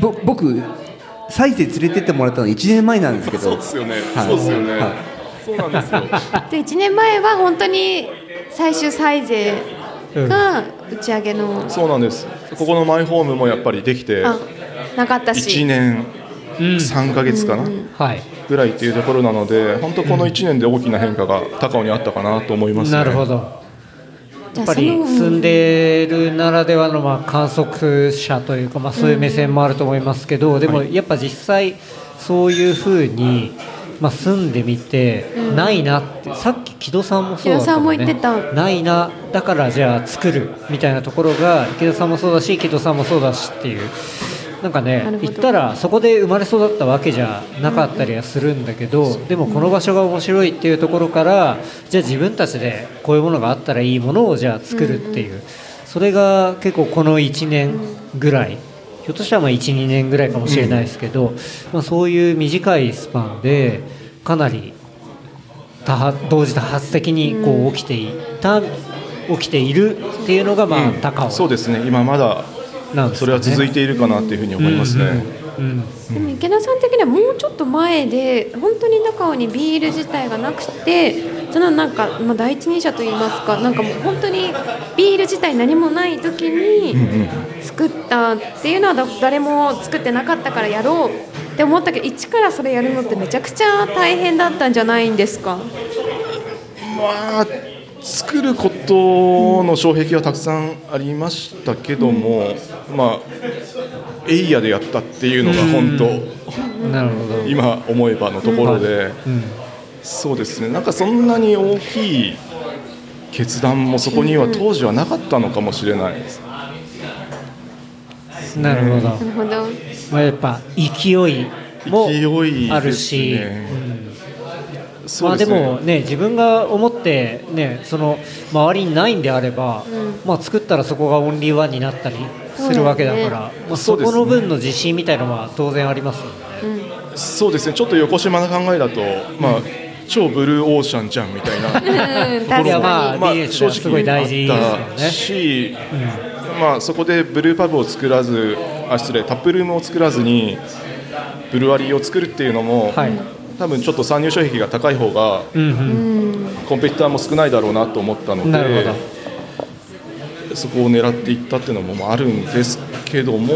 [SPEAKER 5] ぼ僕サイゼ連れてってもらったの1年前なんですけど
[SPEAKER 6] そうですよね、
[SPEAKER 5] はい
[SPEAKER 6] そうですよね、
[SPEAKER 5] はい
[SPEAKER 6] そうなんですよ
[SPEAKER 3] で1年前は本当に最終最税が打ち上げの、
[SPEAKER 6] そうなんです。ここのマイホームもやっぱりできて
[SPEAKER 3] あなかったし
[SPEAKER 6] 1年
[SPEAKER 7] うん
[SPEAKER 6] 3ヶ月かな
[SPEAKER 7] はい
[SPEAKER 6] ぐらいっていうところなので、本当この1年で大きな変化が高尾にあったかなと思いますね。
[SPEAKER 7] なるほど
[SPEAKER 3] じ
[SPEAKER 7] や
[SPEAKER 3] ゃ
[SPEAKER 7] っ
[SPEAKER 3] あ
[SPEAKER 7] ぱり
[SPEAKER 3] その
[SPEAKER 7] 住んでるならではのまあ観測者というか、まあ、そういう目線もあると思いますけど、でもやっぱ実際そういうふうにまあ、住んでみて、
[SPEAKER 3] うん
[SPEAKER 7] ないなってさっき木戸さんもそうだったもん、ね、
[SPEAKER 3] 木戸さんも言って
[SPEAKER 7] ないなだからじゃあ作るみたいなところが池田さんもそうだし木戸さんもそうだしっていうなんかね
[SPEAKER 3] なるほど
[SPEAKER 7] 行ったらそこで生まれ育ったわけじゃなかったりはするんだけど、でもこの場所が面白いっていうところからじゃあ自分たちでこういうものがあったらいいものをじゃあ作るっていう、それが結構この1年ぐらい。ひょっとしたらまあ12年ぐらいかもしれないですけど、まあ、そういう短いスパンでかなり多発同時多発的にこう起きていた、起きているっていうのがまあ
[SPEAKER 6] うん
[SPEAKER 7] 高尾
[SPEAKER 6] そうですね今まだ
[SPEAKER 7] なんです
[SPEAKER 6] そ
[SPEAKER 7] よね
[SPEAKER 6] れは続いているかなっていうふうに思いますね、
[SPEAKER 7] うんうんうん
[SPEAKER 3] でも池田さん的にはもうちょっと前で本当に高尾にビール自体がなくてそのなんか、まあ、第一人者といいますかなんかもう本当にビール自体何もない時に
[SPEAKER 6] うん
[SPEAKER 3] 作ったっていうのはだ誰も作ってなかったからやろうって思ったけど一からそれやるのってめちゃくちゃ大変だったんじゃないんですか
[SPEAKER 6] まあ作ることの障壁はたくさんありましたけども、まあエイヤでやったっていうのが本当、
[SPEAKER 7] なるほど、
[SPEAKER 6] 今思えばのところで、
[SPEAKER 7] うん
[SPEAKER 6] そうですねなんかそんなに大きい決断もそこには当時はなかったのかもしれないです、
[SPEAKER 7] なるほど、
[SPEAKER 3] なるほど
[SPEAKER 7] まあ、やっぱ勢いも
[SPEAKER 6] 勢い
[SPEAKER 7] あ
[SPEAKER 6] で
[SPEAKER 7] る
[SPEAKER 6] す
[SPEAKER 7] し、
[SPEAKER 6] ね
[SPEAKER 7] うん
[SPEAKER 6] そう
[SPEAKER 7] ま
[SPEAKER 6] で
[SPEAKER 7] あ
[SPEAKER 6] すね
[SPEAKER 7] でもね自分が思ってねその周りにないんであれば、まあ作ったらそこがオンリーワンになったりするわけだか
[SPEAKER 3] そ
[SPEAKER 7] ら、
[SPEAKER 3] うだ
[SPEAKER 7] まあ
[SPEAKER 6] そ
[SPEAKER 7] そう
[SPEAKER 6] ですね
[SPEAKER 7] この分の自信みたいのは当然ありますよね。
[SPEAKER 6] そうですねちょっと横島な考えだと、まあ、超ブルーオーシャンじゃんみたいな
[SPEAKER 3] うん
[SPEAKER 6] ところも
[SPEAKER 7] いやまあ
[SPEAKER 6] まあ
[SPEAKER 7] ビジネス
[SPEAKER 6] 正
[SPEAKER 7] は
[SPEAKER 6] 直
[SPEAKER 7] すごい大事ですよね
[SPEAKER 6] あったし、まあ、そこでブルーパブを作らずあ失礼タップルームを作らずにブルワリーを作るっていうのも、
[SPEAKER 7] はい
[SPEAKER 6] 多分ちょっと参入障壁が高い方が
[SPEAKER 7] うんうん
[SPEAKER 6] コンペティターも少ないだろうなと思ったの
[SPEAKER 7] なる
[SPEAKER 6] で
[SPEAKER 7] ほ
[SPEAKER 6] そこを狙っていったっていうのもまああるんですけども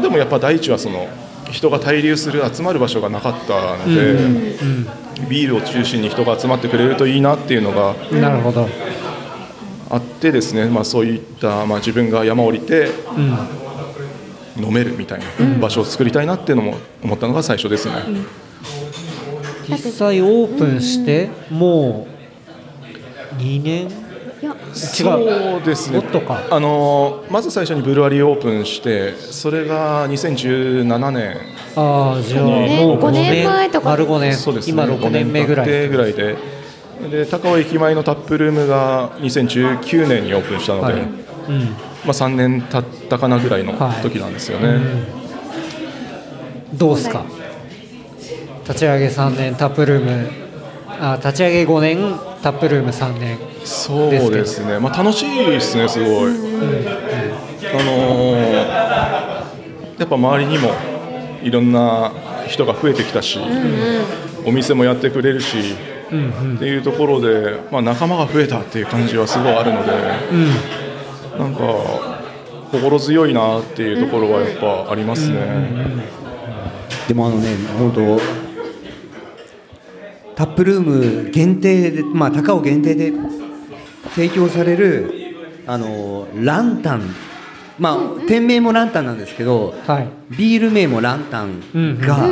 [SPEAKER 6] でもやっぱ第一はその人が滞留する集まる場所がなかったので、ビールを中心に人が集まってくれるといいなっていうのが
[SPEAKER 7] どなるほど、
[SPEAKER 6] あってですね、まあ、そういった、まあ、自分が山降りて
[SPEAKER 7] うん、
[SPEAKER 6] 飲めるみたいな場所を作りたいなっていうのも思ったのが最初ですね、
[SPEAKER 7] 実際オープンしてもう2年違う
[SPEAKER 6] そうですね
[SPEAKER 7] もっとか
[SPEAKER 6] あのまず最初にブルワリーオープンしてそれが2017年
[SPEAKER 7] ああじゃあ
[SPEAKER 6] ね
[SPEAKER 7] もう
[SPEAKER 6] 五
[SPEAKER 3] 年前とか
[SPEAKER 7] 丸5年
[SPEAKER 6] そうですね
[SPEAKER 7] 今6年目ぐらい
[SPEAKER 6] 五経ってぐらいでで高尾駅前のタップルームが2019年にオープンしたので、
[SPEAKER 7] はい
[SPEAKER 6] ま
[SPEAKER 7] うん
[SPEAKER 6] あ、3年経ったかなぐらいの
[SPEAKER 7] はい
[SPEAKER 6] 時なんですよね、
[SPEAKER 7] どうすか立ち上げ3年タップルームあ立ち上げ5年タップルーム3年
[SPEAKER 6] そうですね、まあ、楽しいですね、すごい。あのーやっぱ周りにもいろんな人が増えてきたし、お店もやってくれるし、っていうところで、まあ、仲間が増えたっていう感じはすごいあるので、なんか心強いなっていうところはやっぱありますね。
[SPEAKER 5] でもあのね、本当タップルーム限定で、まあ、高尾限定で提供されるあのランタン、まあ店名もランタンなんですけど、
[SPEAKER 7] はい
[SPEAKER 5] ビール名もランタンが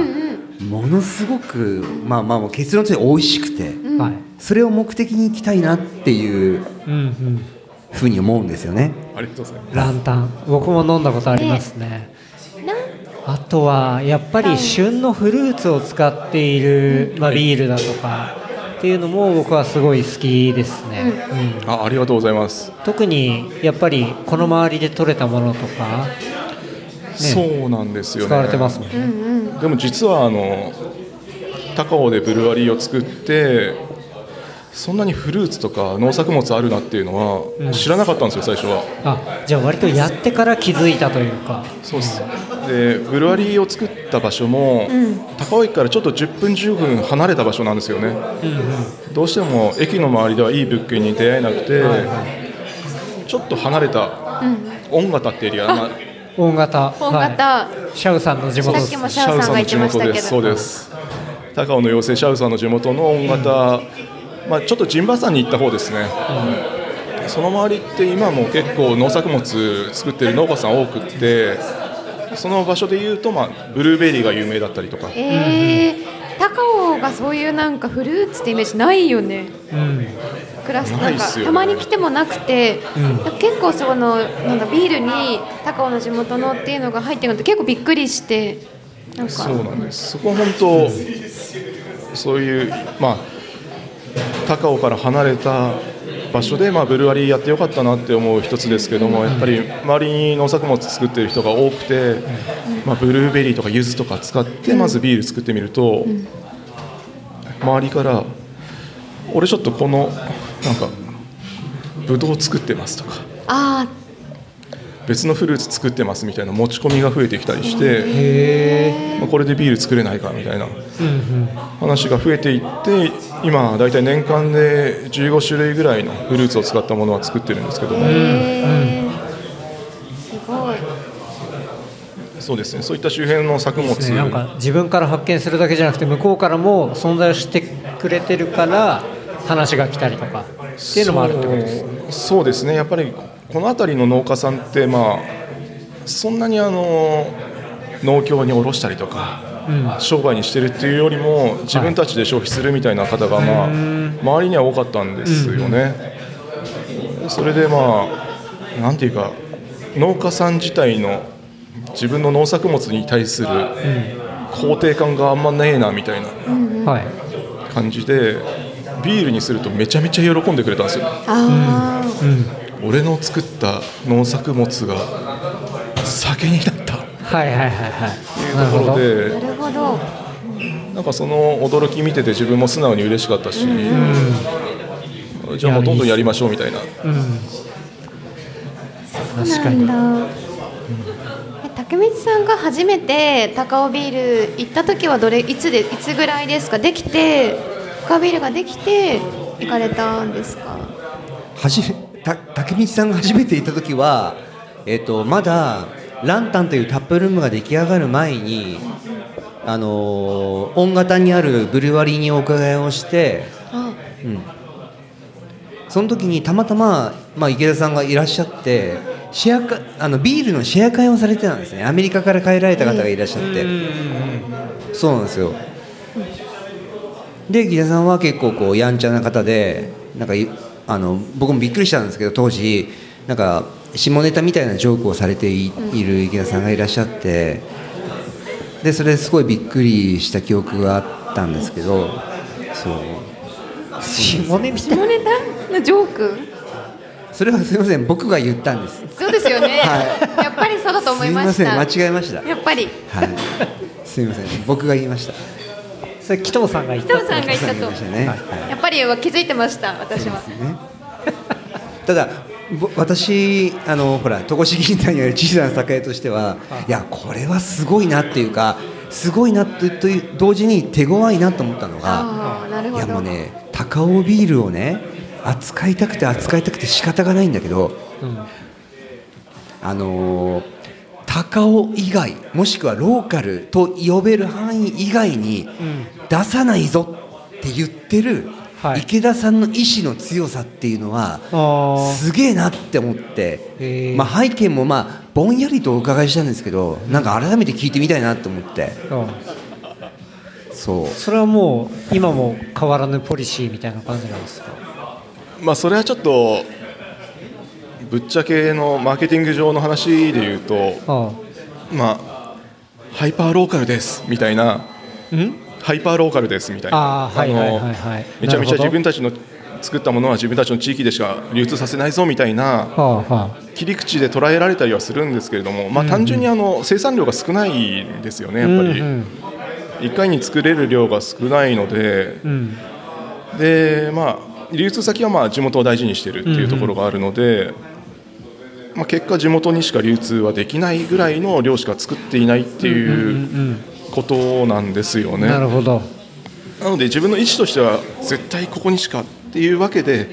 [SPEAKER 5] ものすごく、まあ、まあもう結論として美味しくて、
[SPEAKER 7] はい
[SPEAKER 5] それを目的に行きたいなっていう
[SPEAKER 7] うんうん
[SPEAKER 5] ふうに思うんですよね。
[SPEAKER 6] ありがとうございます
[SPEAKER 7] ランタン僕も飲んだことありますねあとはやっぱり旬のフルーツを使っている、まあ、ビールだとかっていうのも僕はすごい好きですね、うん
[SPEAKER 6] あありがとうございます。
[SPEAKER 7] 特にやっぱりこの周りで採れたものとか
[SPEAKER 6] そうなんですよね。
[SPEAKER 7] 使われてますもんね
[SPEAKER 6] でも実はあの高尾でブルワリーを作ってそんなにフルーツとか農作物あるなっていうのは知らなかったんですよ最初は。
[SPEAKER 7] あじゃあ割とやってから気づいたというか
[SPEAKER 6] そうですでブルワリーを作った場所も、高尾駅からちょっと10分15分離れた場所なんですよね、どうしても駅の周りではいい物件に出会えなくて、ちょっと離れた音形ってエリアな
[SPEAKER 7] 大型
[SPEAKER 3] 本型、
[SPEAKER 7] はい、シャウさんの地元で
[SPEAKER 3] さっ
[SPEAKER 7] す
[SPEAKER 3] きもシャウさんが言ってましたけど
[SPEAKER 6] シャウさんの地元ですそうです高尾の妖精シャウさんの地元の音型、まあ、ちょっと陣馬山に行った方ですね、その周りって今も結構農作物作ってる農家さん多くってその場所で言うと、まあ、ブルーベリーが有名だったりとか、
[SPEAKER 3] えー、高尾がそういうなんかフルーツってイメージないよね。クラス
[SPEAKER 6] な
[SPEAKER 3] ないん
[SPEAKER 6] っ
[SPEAKER 3] か
[SPEAKER 6] すよね
[SPEAKER 3] たまに来てもなくて、結構そのなんかビールに高尾の地元のっていうのが入ってるのって結構びっくりしてなんか
[SPEAKER 6] そうなんですそこ本当そういう、まあ、高尾から離れた場所で、まあ、ブルワリーやってよかったなって思う一つですけどもやっぱり周りに農作物作ってる人が多くて、まあ、ブルーベリーとか柚子とか使ってまずビール作ってみると、周りから「俺ちょっとこのなんかブドウ作ってます」とか。
[SPEAKER 3] あ
[SPEAKER 6] 別のフルーツ作ってますみたいな持ち込みが増えてきたりして、まあ、これでビール作れないかみたいな話が増えていって今大体年間で15種類ぐらいのフルーツを使ったものは作ってるんですけども
[SPEAKER 3] ーへーすごい
[SPEAKER 6] そうですねそういった周辺の作物
[SPEAKER 7] ねなんか自分から発見するだけじゃなくて向こうからも存在を知ってくれてるから話が来たりとかっていうのもあるってことです
[SPEAKER 6] そうそうですねやっぱりこの辺りの農家さんってまあそんなにあの農協に卸したりとか、商売にしてるっていうよりも自分たちで消費するみたいな方が、まあ、周りには多かったんですよね。それでまあなんていうか農家さん自体の自分の農作物に対する肯定感があんまねえなみたいな
[SPEAKER 7] はい
[SPEAKER 6] 感じでビールにするとめちゃめちゃ喜んでくれたんですよ。
[SPEAKER 3] あー、
[SPEAKER 6] 俺の作った農作物が酒になったっ
[SPEAKER 7] はいはいはいは
[SPEAKER 6] てい
[SPEAKER 7] いなる
[SPEAKER 6] う
[SPEAKER 7] ほ
[SPEAKER 6] ところ
[SPEAKER 7] ど
[SPEAKER 6] で
[SPEAKER 3] なるほど
[SPEAKER 6] なんかその驚き見てて自分も素直に嬉しかったし、じゃあもうどんどんやりましょうみたいな
[SPEAKER 7] 確かに
[SPEAKER 3] なんだえ竹光さんが初めて高尾ビール行った時はどれいつでいつぐらいですかできて高尾ビールができて行かれたんですか
[SPEAKER 5] はじめた竹道さんが初めていた時は、えっとまだランタンというタップルームが出来上がる前に、あのー、音型にあるブルワリーにお伺いをして、
[SPEAKER 3] あ
[SPEAKER 5] うん、その時にたまたま、まあ、池田さんがいらっしゃってシェアかあのビールのシェア会をされてたんですねアメリカから帰られた方がいらっしゃって、そうなんですよで池田さんは結構こうやんちゃな方でなんかいあの僕もびっくりしたんですけど当時なんか下ネタみたいなジョークをされていいる池田さんがいらっしゃってでそれすごいびっくりした記憶があったんですけどそう
[SPEAKER 7] 下ネみたい
[SPEAKER 3] 下ネタのジョーク
[SPEAKER 5] それはすみません僕が言ったんです
[SPEAKER 3] そうですよね、
[SPEAKER 5] は
[SPEAKER 3] やっぱりそうだと思いました
[SPEAKER 5] すみません間違えました
[SPEAKER 3] やっぱり
[SPEAKER 5] はいすみません僕が言いました
[SPEAKER 7] それ紀藤さんが言った
[SPEAKER 3] 北尾さんが言った
[SPEAKER 5] 言い
[SPEAKER 3] と
[SPEAKER 5] ましたね、はい
[SPEAKER 3] やっぱり気づいてました私は
[SPEAKER 5] ねただぼ私あのほら戸越銀座にある小さな酒屋としてはいやこれはすごいなっていうかすごいなとという同時に手強いなと思ったのが
[SPEAKER 3] ああなる
[SPEAKER 5] い
[SPEAKER 3] ほ
[SPEAKER 5] やも
[SPEAKER 3] ど
[SPEAKER 5] うね高尾ビールをね扱いたくて扱いたくて仕方がないんだけどあのー高尾以外もしくはローカルと呼べる範囲以外に出さないぞって言ってる
[SPEAKER 7] はい
[SPEAKER 5] 池田さんの意志の強さっていうのは
[SPEAKER 7] あ
[SPEAKER 5] すげえなって思っ
[SPEAKER 7] へ
[SPEAKER 5] て
[SPEAKER 7] ー、
[SPEAKER 5] まあ、背景もまあぼんやりとお伺いしたんですけどなんか改めて聞いてみたいなと思って
[SPEAKER 7] あうん
[SPEAKER 5] そう
[SPEAKER 7] それはもう今も変わらぬポリシーみたいな感じなんですか
[SPEAKER 6] まあそれはちょっとぶっちゃけのマーケティング上の話で言うと
[SPEAKER 7] あ
[SPEAKER 6] まあハイパーローカルですみたいな
[SPEAKER 7] あん
[SPEAKER 6] ハイパーローカルですみたいな
[SPEAKER 7] あーはいはいはいはい
[SPEAKER 6] あのめちゃめちゃ自
[SPEAKER 7] なるほど
[SPEAKER 6] 分たちの作ったものは自分たちの地域でしか流通させないぞみたいな
[SPEAKER 7] はあは
[SPEAKER 6] 切り口で捉えられたりはするんですけれども、まあ、単純にあの生産量が少ないんですよね、
[SPEAKER 7] あ
[SPEAKER 6] やっぱり、
[SPEAKER 7] うん
[SPEAKER 6] 1回に作れる量が少ないので、
[SPEAKER 7] うんうん
[SPEAKER 6] でまあ、流通先はまあ地元を大事にしてるっていうところがあるので、まあ、結果、地元にしか流通はできないぐらいの量しか作っていないっていううことなんですよね。
[SPEAKER 7] なるほど
[SPEAKER 6] なので自分の意思としては絶対ここにしかっていうわけで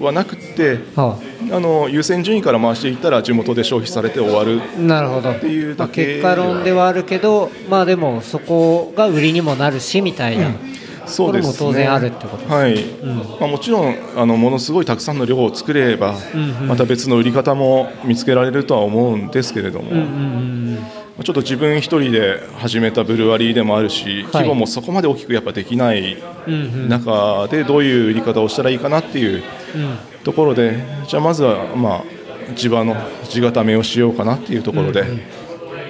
[SPEAKER 6] はなくて
[SPEAKER 7] は
[SPEAKER 6] あの優先順位から回していったら地元で消費されて終わる
[SPEAKER 7] あなるほど
[SPEAKER 6] ていうだけ
[SPEAKER 7] まあ結果論ではあるけどまあでもそこが売りにもなるしみたいな、
[SPEAKER 6] そうです、ね、
[SPEAKER 7] これも当然あるってことですね
[SPEAKER 6] はい、まあ、もちろんあのものすごいたくさんの量を作れば、また別の売り方も見つけられるとは思うんですけれども、まあちょっと自分一人で始めたブルワリーでもあるし規模もそこまで大きくやっぱできない中でどういう売り方をしたらいいかなっていうところでじゃあまずはまあ地場の地固めをしようかなっていうところで、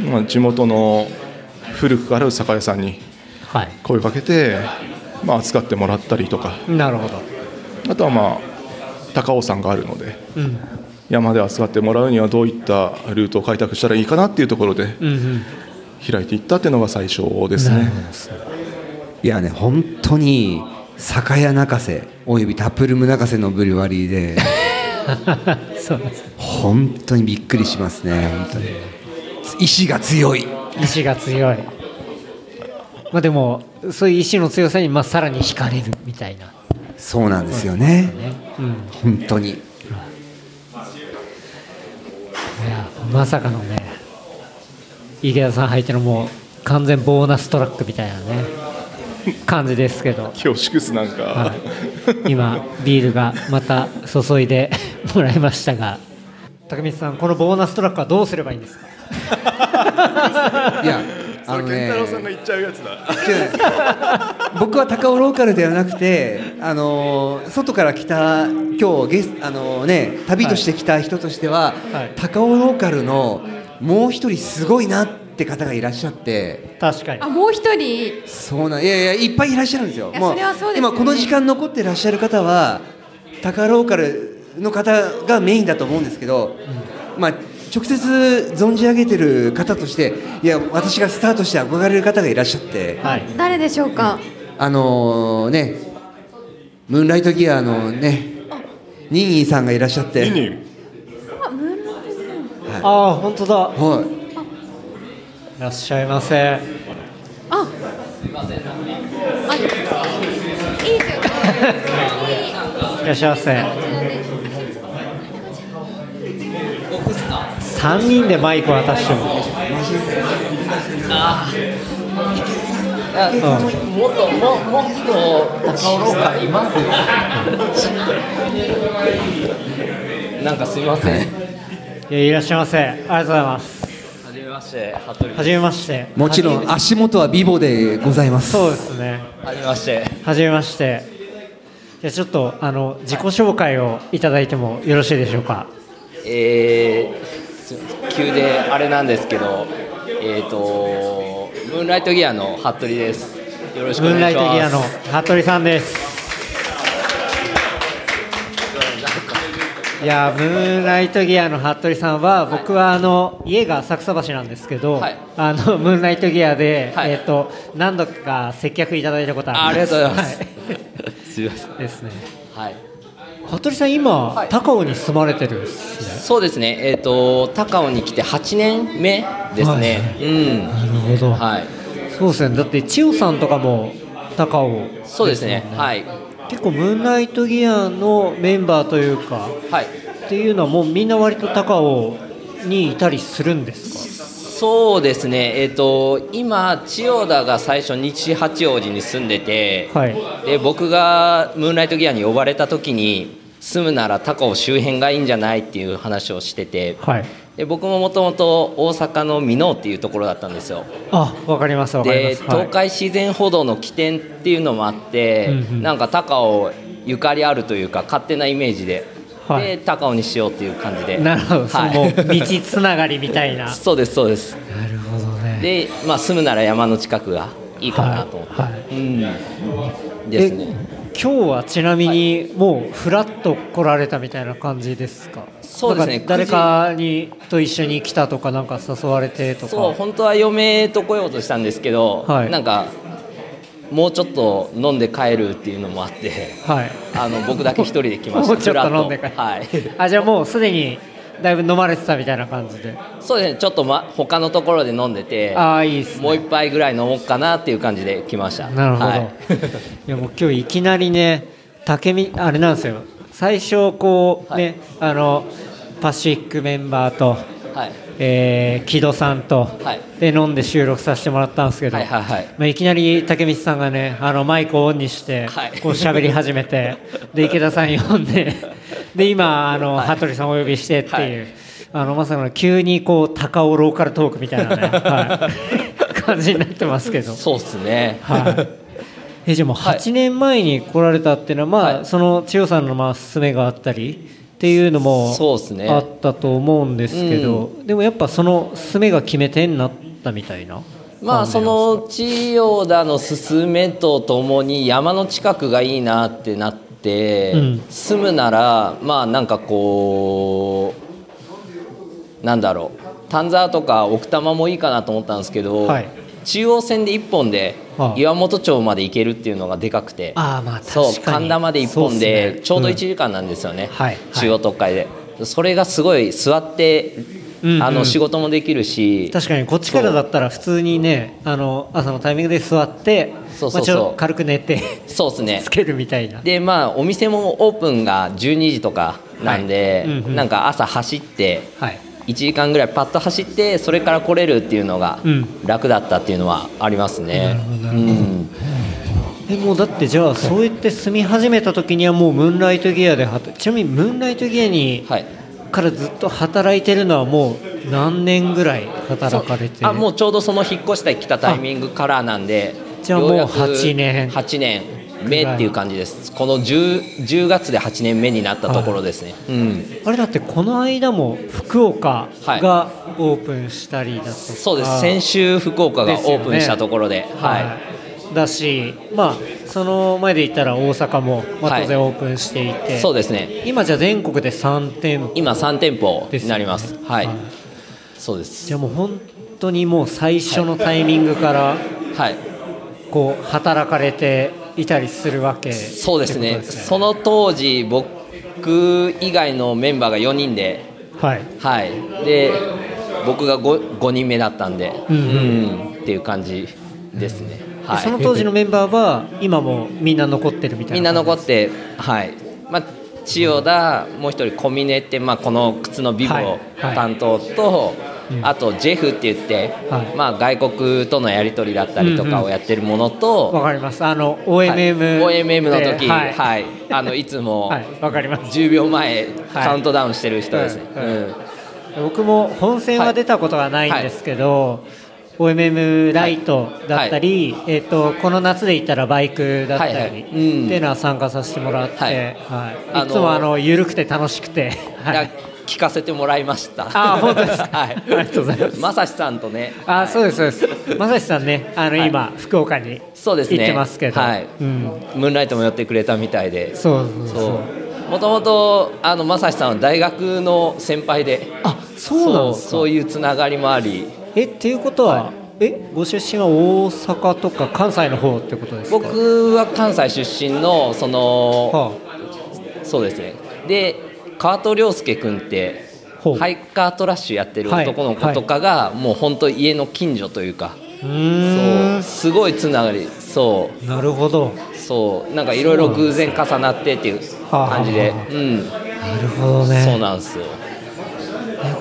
[SPEAKER 6] まあ、地元の古くからある酒屋さんに
[SPEAKER 7] はい
[SPEAKER 6] 声をかけて、まあ、扱ってもらったりとか
[SPEAKER 7] なるほど
[SPEAKER 6] あとはまあ高尾山があるので
[SPEAKER 7] うん
[SPEAKER 6] 山で扱ってもらうにはどういったルートを開拓したらいいかなっていうところで
[SPEAKER 7] うんうん
[SPEAKER 6] 開いていったっていうのが最初です
[SPEAKER 7] なる
[SPEAKER 6] ね
[SPEAKER 7] ほどですね
[SPEAKER 5] いやね本当に酒屋泣かせおよびタプルーム泣かせのブリュワリーで
[SPEAKER 7] <laughs> そうです
[SPEAKER 5] 本当にびっくりしますね本当に意志が強い
[SPEAKER 7] 意志が強いまあでもそういう意志の強さにまあさらに惹かれるみたいな
[SPEAKER 5] そうなんですよね
[SPEAKER 7] ねうん
[SPEAKER 5] 本当に
[SPEAKER 7] いやまさかのね池田さん入ってのもう完全ボーナストラックみたいなね感じですけど、
[SPEAKER 6] 恐縮すなん
[SPEAKER 7] は
[SPEAKER 6] か
[SPEAKER 7] い、今ビールがまた注いでもらいましたが高見さんこのボーナストラックはどうすればいいんですか
[SPEAKER 5] いや
[SPEAKER 6] <laughs> それ健太郎さんが言っちゃうやつだ <laughs>
[SPEAKER 5] 違う僕は高尾ローカルではなくて、あのー外から来た今日ゲス、あのーね、旅として来た人としては、
[SPEAKER 7] はい
[SPEAKER 5] 高尾ローカルのもう一人すごいなって方がいらっしゃって
[SPEAKER 7] 確かに
[SPEAKER 3] あ、もう一人。
[SPEAKER 5] そうなんいやいやいっぱいいらっしゃるんですよ
[SPEAKER 3] いや
[SPEAKER 5] も
[SPEAKER 3] それはそうですよ
[SPEAKER 5] 今
[SPEAKER 3] ね
[SPEAKER 5] この時間残っていらっしゃる方は高尾ローカルの方がメインだと思うんですけど、まあ直接存じ上げてる方としていや私がスタートして憧れる方がいらっしゃって。
[SPEAKER 7] はい
[SPEAKER 3] 誰でしょうか。
[SPEAKER 5] あのね、ムーンライトギアのね、ニーニーさんがいらっしゃって、
[SPEAKER 6] ニニ
[SPEAKER 3] あ、ムールライトさん
[SPEAKER 7] ああ本当だ
[SPEAKER 5] はい
[SPEAKER 7] らっしゃいませ
[SPEAKER 3] あ。あ。いいですよ。
[SPEAKER 5] <laughs>
[SPEAKER 7] いらっしゃいませ3人でマイク渡しても
[SPEAKER 8] あもっとももっと高尾ローカル
[SPEAKER 7] <laughs>
[SPEAKER 8] いますよ。なんかすいません。はい
[SPEAKER 7] やいらっしゃいませありがとうございます
[SPEAKER 8] じめまして、羽鳥
[SPEAKER 7] はじめまして
[SPEAKER 5] い、もちろ
[SPEAKER 7] はじ
[SPEAKER 5] ん足元はビボでございます。
[SPEAKER 7] そうですね
[SPEAKER 8] はじめまして。
[SPEAKER 7] はじめましてじゃあちょっとあの自己紹介をいただいてもよろしいでしょうか
[SPEAKER 8] えーすいません、急であれなんですけど、えっ、とムーンライトギアの服部です。よろし
[SPEAKER 7] ム
[SPEAKER 8] くお
[SPEAKER 7] ーンラ
[SPEAKER 8] 願
[SPEAKER 7] イ
[SPEAKER 8] いし
[SPEAKER 7] ト
[SPEAKER 8] ます。
[SPEAKER 7] ギアの服部さんですいやムーンライトギアの服部さんは僕はあの家が浅草橋なんですけど、
[SPEAKER 8] はい
[SPEAKER 7] あのムーンライトギアで、
[SPEAKER 8] はい
[SPEAKER 7] えっと何度か接客いただいたこと
[SPEAKER 8] あ
[SPEAKER 7] あ
[SPEAKER 8] あ
[SPEAKER 7] りま
[SPEAKER 8] りが
[SPEAKER 7] す
[SPEAKER 8] とうございます。
[SPEAKER 7] は
[SPEAKER 8] すいません。
[SPEAKER 7] い、ですね
[SPEAKER 8] <laughs> はい。
[SPEAKER 7] 服部さん今、
[SPEAKER 8] はい
[SPEAKER 7] 高尾に住まれてるんですね
[SPEAKER 8] そうですね。えっ、と高尾に来て8年目ですね。
[SPEAKER 7] なるほ
[SPEAKER 8] う
[SPEAKER 7] ど、
[SPEAKER 8] ん。はい。
[SPEAKER 7] そうですねだって千代さんとかも高尾
[SPEAKER 8] そうですね。
[SPEAKER 7] はい
[SPEAKER 8] はい。
[SPEAKER 7] 結構ムーンライトギアのメンバーというか
[SPEAKER 8] はい。
[SPEAKER 7] っていうのはもうみんな割と高尾にいたりするんですか
[SPEAKER 8] そうですね。えっ、と今千代田が最初西八王子に住んでて、
[SPEAKER 7] はい
[SPEAKER 8] で僕がムーンライトギアに呼ばれた時に住むなら高尾周辺がいいんじゃないっていう話をしてて、
[SPEAKER 7] はい
[SPEAKER 8] で僕ももともと大阪の箕面っていうところだったんですよ。
[SPEAKER 7] あわかりますわかりま
[SPEAKER 8] です東海自然歩道の起点っていうのもあって、
[SPEAKER 7] うんうん
[SPEAKER 8] なんか高尾ゆかりあるというか勝手なイメージで、
[SPEAKER 7] はい
[SPEAKER 8] で高尾にしようっていう感じで
[SPEAKER 7] はい、なるほど、
[SPEAKER 8] はい
[SPEAKER 7] その道つながりみたいなな
[SPEAKER 8] <laughs> そうですそうです
[SPEAKER 7] るほどね
[SPEAKER 8] で、まあ、住むなら山の近くがいいかなと思って、
[SPEAKER 7] はいはい
[SPEAKER 8] うんですね
[SPEAKER 7] 今日はちなみにもうフラッと来られたみたいな感じですか
[SPEAKER 8] そうですね
[SPEAKER 7] なんか誰かにと一緒に来たとかなんか誘われてとか
[SPEAKER 8] そう本当は嫁と来ようとしたんですけど、
[SPEAKER 7] はい
[SPEAKER 8] なんかもうちょっと飲んで帰るっていうのもあ
[SPEAKER 7] <laughs>
[SPEAKER 8] って
[SPEAKER 7] はい
[SPEAKER 8] あの僕だけ一人で来まし
[SPEAKER 7] も
[SPEAKER 8] た
[SPEAKER 7] うちょっと飲んで
[SPEAKER 8] ふ
[SPEAKER 7] か
[SPEAKER 8] らっとはい
[SPEAKER 7] あじゃあもうすでにだいぶ飲まれてたみたいな感じで
[SPEAKER 8] そうですねちょっと、ま、他のところで飲んでて
[SPEAKER 7] ああいいっすね
[SPEAKER 8] もう一杯ぐらい飲もうかなっていう感じで来ました
[SPEAKER 7] なるほど、
[SPEAKER 8] はい
[SPEAKER 7] <laughs> い、やもう今日いきなりね竹見あれなんですよ最初こうね、あのパシフィックメンバーと、
[SPEAKER 8] はい
[SPEAKER 7] えー、木戸さんと、
[SPEAKER 8] はい
[SPEAKER 7] で飲んで収録させてもらったんですけど、
[SPEAKER 8] はいはいはい
[SPEAKER 7] まあ、いきなり竹光さんがねあのマイクをオンにして、
[SPEAKER 8] はい
[SPEAKER 7] こう喋り始めてで池田さん呼んでで今あの、羽鳥さんお呼びしてっていう、あのまさか急にこう高尾ローカルトークみたいなね、
[SPEAKER 8] <laughs>
[SPEAKER 7] はい、感じになってますけど。
[SPEAKER 8] そうっすね。
[SPEAKER 7] はい、えじゃあもう8年前に来られたっていうのは、まあ
[SPEAKER 8] はい
[SPEAKER 7] その千代さんのまあ勧めがあったりっていうのも
[SPEAKER 8] そうっすね
[SPEAKER 7] あったと思うんですけど、でもやっぱその勧めが決め手になったみたいな
[SPEAKER 8] まあその千代田の勧めとともに山の近くがいいなってなって、
[SPEAKER 7] うん
[SPEAKER 8] 住むならまあなんかこうなんだろう丹沢とか奥多摩もいいかなと思ったんですけど、
[SPEAKER 7] はい
[SPEAKER 8] 中央線で1本で
[SPEAKER 7] ああ
[SPEAKER 8] 岩本町まで行けるっていうのがでかくて
[SPEAKER 7] ああまあ確かに
[SPEAKER 8] そう神田まで1本
[SPEAKER 7] そうっす
[SPEAKER 8] で
[SPEAKER 7] ね
[SPEAKER 8] ちょうど1時間なんですよね、
[SPEAKER 7] はいはい
[SPEAKER 8] 中央特会で。それがすごい座って、
[SPEAKER 7] うんうん
[SPEAKER 8] あの仕事もできるし
[SPEAKER 7] 確かにこっちからだったら普通にねあの朝のタイミングで座って
[SPEAKER 8] そう
[SPEAKER 7] ま
[SPEAKER 8] そうそう
[SPEAKER 7] あちょっと軽く寝て <laughs>
[SPEAKER 8] そうですね
[SPEAKER 7] つけるみたいな
[SPEAKER 8] でまあお店もオープンが12時とかなんで、
[SPEAKER 7] はいうんうん
[SPEAKER 8] なんか朝走って
[SPEAKER 7] はい
[SPEAKER 8] 1時間ぐらいパッと走ってそれから来れるっていうのが
[SPEAKER 7] うん
[SPEAKER 8] 楽だったっていうのはありますね、うん
[SPEAKER 7] えもうだってじゃあそうやって住み始めた時にはもうムーンライトギアで働ちなみにムーンライトギアに、
[SPEAKER 8] はい
[SPEAKER 7] からずっと働いてるのはもう何年ぐらい働かれて
[SPEAKER 8] あも
[SPEAKER 7] う
[SPEAKER 8] うちょうどその引っ越してきたタイミングからなんで
[SPEAKER 7] じゃあもう
[SPEAKER 8] よやく
[SPEAKER 7] 8年
[SPEAKER 8] 8年目っていう感じですこの 10, 10月で8年目になったところですね、うん
[SPEAKER 7] あれだってこの間も福岡
[SPEAKER 8] はい
[SPEAKER 7] がオープンしたりだとか、
[SPEAKER 8] そうです先週福岡がオープンしたところではい、
[SPEAKER 7] いだしまあその前で言ったら大阪もまあ
[SPEAKER 8] はい
[SPEAKER 7] 当然オープンしていて、
[SPEAKER 8] そうですね
[SPEAKER 7] 今じゃあ全国で3店舗
[SPEAKER 8] 今3店舗になります
[SPEAKER 7] ですよね
[SPEAKER 8] はい、
[SPEAKER 7] はい
[SPEAKER 8] そうです
[SPEAKER 7] じゃあもう本当にもう最初のタイミングから、
[SPEAKER 8] はい
[SPEAKER 7] こう働かれていたりするわけ
[SPEAKER 8] そうです
[SPEAKER 7] って
[SPEAKER 8] ね
[SPEAKER 7] こと
[SPEAKER 8] その当時僕以外のメンバーが4人で
[SPEAKER 7] はい
[SPEAKER 8] はいで僕が 5, 5人目だったんで
[SPEAKER 7] う
[SPEAKER 8] うんん、
[SPEAKER 7] う
[SPEAKER 8] っていう感じですね、はい
[SPEAKER 7] その当時のメンバーは今もみんな残ってるみた
[SPEAKER 8] み
[SPEAKER 7] い
[SPEAKER 8] んな
[SPEAKER 7] な感
[SPEAKER 8] 残っ
[SPEAKER 7] じ
[SPEAKER 8] てはいまあ千代田、もう一人小峰って、まあ、この靴のビブ
[SPEAKER 7] はい
[SPEAKER 8] を
[SPEAKER 7] はい
[SPEAKER 8] 担当と、
[SPEAKER 7] うん
[SPEAKER 8] あとジェフって言って、
[SPEAKER 7] はい
[SPEAKER 8] まあ、外国とのやり取りだったりとかをやってるものと、
[SPEAKER 7] わかりますあの
[SPEAKER 8] はい
[SPEAKER 7] OMM、
[SPEAKER 8] OMM の時
[SPEAKER 7] で
[SPEAKER 8] はい、
[SPEAKER 7] はい
[SPEAKER 8] あのいつも
[SPEAKER 7] はいわかります
[SPEAKER 8] 10秒前、
[SPEAKER 7] はい
[SPEAKER 8] カウントダウンしてる人ですね、
[SPEAKER 7] はい
[SPEAKER 8] うん
[SPEAKER 7] 僕も本戦は出たことはないんですけど、OMM ライトだったり、えっとこの夏で言ったらバイクだったり、
[SPEAKER 8] はいはいうん
[SPEAKER 7] っていうのは参加させてもらって、は
[SPEAKER 8] はいい
[SPEAKER 7] い、
[SPEAKER 8] あの
[SPEAKER 7] つもあの緩くて楽しくて、は
[SPEAKER 8] だ
[SPEAKER 7] い、
[SPEAKER 8] 聞かせてもらいました
[SPEAKER 7] あ本当ですか
[SPEAKER 8] はい、
[SPEAKER 7] ありがとうございます
[SPEAKER 8] まさしさんとね
[SPEAKER 7] あそうですそうですまさしさんねあの
[SPEAKER 8] はい
[SPEAKER 7] 今、福岡に
[SPEAKER 8] そう
[SPEAKER 7] 行っ
[SPEAKER 8] ですね
[SPEAKER 7] てますけど、
[SPEAKER 8] はい
[SPEAKER 7] うん、
[SPEAKER 8] ムーンライトも寄ってくれたみたいで
[SPEAKER 7] そうそうそう
[SPEAKER 8] そうもともとあのまさしさんは大学の先輩で
[SPEAKER 7] あそうなんです
[SPEAKER 8] そう
[SPEAKER 7] か
[SPEAKER 8] そういうつながりもあり
[SPEAKER 7] えっていうことは、えご出身は大阪とか関西の方ってことですか
[SPEAKER 8] 僕は関西出身のその、
[SPEAKER 7] は
[SPEAKER 8] そうですねで川戸良介君って
[SPEAKER 7] ほう
[SPEAKER 8] ハイカートラッシュやってる男の
[SPEAKER 7] は
[SPEAKER 8] 子
[SPEAKER 7] い
[SPEAKER 8] とかが、もう本当家の近所というか、
[SPEAKER 7] あ、うー
[SPEAKER 8] そうんすごいつながりそ
[SPEAKER 7] なるほど
[SPEAKER 8] うそうなんかいろいろ偶然重なってっていう感じで
[SPEAKER 7] はあはあはあ
[SPEAKER 8] うん、
[SPEAKER 7] なるほどね
[SPEAKER 8] そうなんですよ
[SPEAKER 7] ね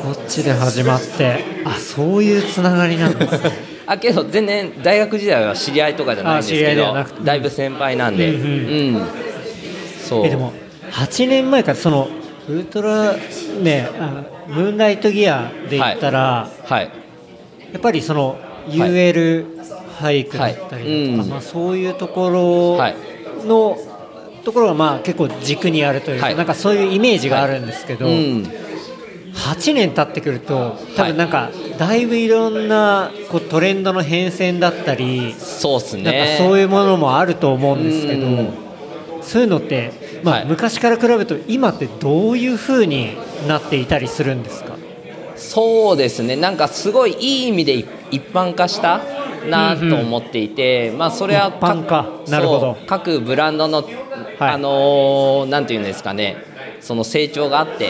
[SPEAKER 7] こっちで始まってあそういうつながりなんですね
[SPEAKER 8] あけど全然大学時代は知り合いとかじゃないんです
[SPEAKER 7] あ知り合
[SPEAKER 8] け
[SPEAKER 7] いでは
[SPEAKER 8] ど
[SPEAKER 7] なくて
[SPEAKER 8] だいぶ先輩なんで
[SPEAKER 7] う
[SPEAKER 8] うんん、そう
[SPEAKER 7] えでも8年前からそのウルトラねあムーンライトギアで言ったら、
[SPEAKER 8] はい
[SPEAKER 7] やっぱりその UL 俳句だったりだとか、
[SPEAKER 8] はいうん
[SPEAKER 7] まあ、そういうとこ
[SPEAKER 8] はい
[SPEAKER 7] ろの、ところがまあ結構軸にあるというか、
[SPEAKER 8] はい
[SPEAKER 7] なんかそういうイメージがあるんですけど、
[SPEAKER 8] うん
[SPEAKER 7] 8年経ってくると多分なんかだいぶいろんなこうトレンドの変遷だったり、
[SPEAKER 8] そうっすね
[SPEAKER 7] なんかそういうものもあると思うんですけど、
[SPEAKER 8] うん
[SPEAKER 7] そういうのって、まあ
[SPEAKER 8] はい
[SPEAKER 7] 昔から比べると今ってどういう風になっていたりするんですか
[SPEAKER 8] そうですねなんかすごいいい意味で一一般化したなと思っていて、まあそれは各
[SPEAKER 7] 一般化なるほど
[SPEAKER 8] そう各ブランドの、あのーなんていうんですかねその成長があって、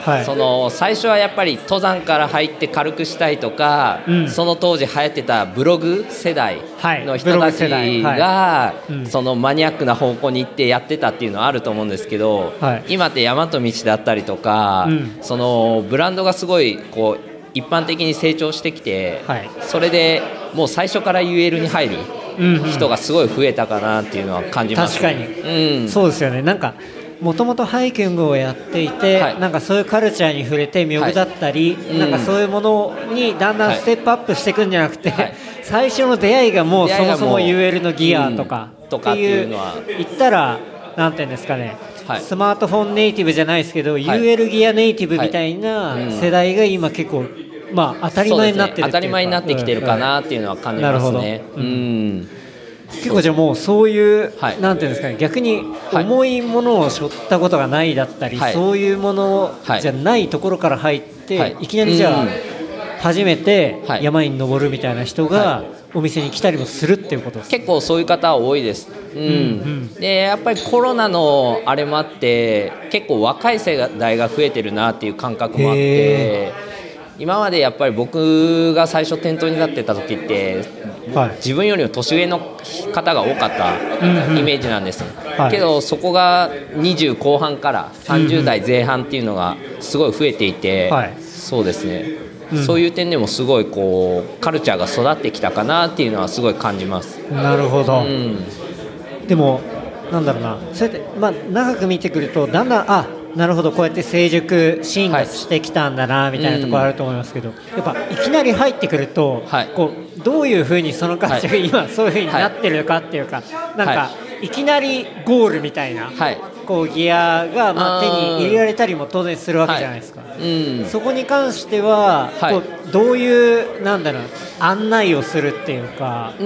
[SPEAKER 7] はい
[SPEAKER 8] その最初はやっぱり登山から入って軽くしたいとか、
[SPEAKER 7] うん
[SPEAKER 8] その当時流行ってたブログ世代
[SPEAKER 7] はい
[SPEAKER 8] の人たち
[SPEAKER 7] ブログ世代
[SPEAKER 8] が
[SPEAKER 7] いうん
[SPEAKER 8] そのマニアックな方向に行ってやってたっていうのはあると思うんですけど、
[SPEAKER 7] はい
[SPEAKER 8] 今って大和道だったりとか、
[SPEAKER 7] うん
[SPEAKER 8] そのブランドがすごいこう一般的に成長してきて、
[SPEAKER 7] はい
[SPEAKER 8] それでもう最初から UL に入る
[SPEAKER 7] うんうん
[SPEAKER 8] 人がすごい増えたかなっていうのは感じます、
[SPEAKER 7] 確かに
[SPEAKER 8] うん、
[SPEAKER 7] そうですよねなんかもともとハイキングをやっていて、
[SPEAKER 8] はい
[SPEAKER 7] なんかそういうカルチャーに触れて魅力だったり、
[SPEAKER 8] い
[SPEAKER 7] なんかそういうものにだんだんステップアップしていくんじゃなくて、
[SPEAKER 8] はい
[SPEAKER 7] 最初の出会いがもう
[SPEAKER 8] 出
[SPEAKER 7] そ
[SPEAKER 8] 会い
[SPEAKER 7] も
[SPEAKER 8] が
[SPEAKER 7] そ
[SPEAKER 8] も
[SPEAKER 7] も
[SPEAKER 8] う
[SPEAKER 7] UL のギアとか,、
[SPEAKER 8] うんとかっていうのは
[SPEAKER 7] 言ったらなんていうんですかね、
[SPEAKER 8] はい
[SPEAKER 7] スマートフォンネイティブじゃないですけど、
[SPEAKER 8] い
[SPEAKER 7] UL ギアネイティブみたいな
[SPEAKER 8] はいうん
[SPEAKER 7] 世代が今結構、まあ、当たり前になってるっていう
[SPEAKER 8] そうですね
[SPEAKER 7] か
[SPEAKER 8] 当たり前になってきてるか
[SPEAKER 7] うん
[SPEAKER 8] なっていうのは感じますね。
[SPEAKER 7] うんなるほどうん
[SPEAKER 8] うん
[SPEAKER 7] 結構じゃあもうそういう、
[SPEAKER 8] はい
[SPEAKER 7] なんていうんですかね逆に
[SPEAKER 8] はい
[SPEAKER 7] 重いものを背負ったことがないだったり、
[SPEAKER 8] はい
[SPEAKER 7] そういうもの
[SPEAKER 8] はい
[SPEAKER 7] じゃないところから入って、
[SPEAKER 8] はいい、
[SPEAKER 7] きなりじゃあ、
[SPEAKER 8] うん
[SPEAKER 7] 初めて
[SPEAKER 8] はい
[SPEAKER 7] 山に登るみたいな人
[SPEAKER 8] は
[SPEAKER 7] がお店に来たりもするっていうことです、
[SPEAKER 8] 結構そういう方多いです、うん
[SPEAKER 7] うん
[SPEAKER 8] でやっぱりコロナのあれもあって結構若い世代が増えてるなっていう感覚もあって今までやっぱり僕が最初店頭に立ってた時って
[SPEAKER 7] はい
[SPEAKER 8] 自分よりも年上の方が多かったイメージなんです、
[SPEAKER 7] はい
[SPEAKER 8] けどそこが20後半から30代前半っていうのがすごい増えていて、
[SPEAKER 7] はい
[SPEAKER 8] そうですね、
[SPEAKER 7] うん
[SPEAKER 8] そういう点でもすごいこうカルチャーが育ってきたかなっていうのはすごい感じます。
[SPEAKER 7] なるほど、
[SPEAKER 8] うん
[SPEAKER 7] でもなんだろうなそうやって、まあ、長く見てくるとだんだんあなるほどこうやって成熟進化
[SPEAKER 8] はい
[SPEAKER 7] してきたんだなみたいなところあると思いますけど、やっぱいきなり入ってくると、
[SPEAKER 8] はい
[SPEAKER 7] こうどういうふうにその価値が
[SPEAKER 8] はい
[SPEAKER 7] 今そういうふうになってるかっていうか、なんか、、
[SPEAKER 8] はい
[SPEAKER 7] きなりゴールみたいな、
[SPEAKER 8] はい
[SPEAKER 7] こうギアが、まあ、
[SPEAKER 8] あ
[SPEAKER 7] 手
[SPEAKER 8] ー
[SPEAKER 7] に入れられたりも当然するわけじゃないですか。
[SPEAKER 8] うん、
[SPEAKER 7] そこに関しては、
[SPEAKER 8] はい
[SPEAKER 7] こうどういうなんだろう案内をするっていうか、
[SPEAKER 8] う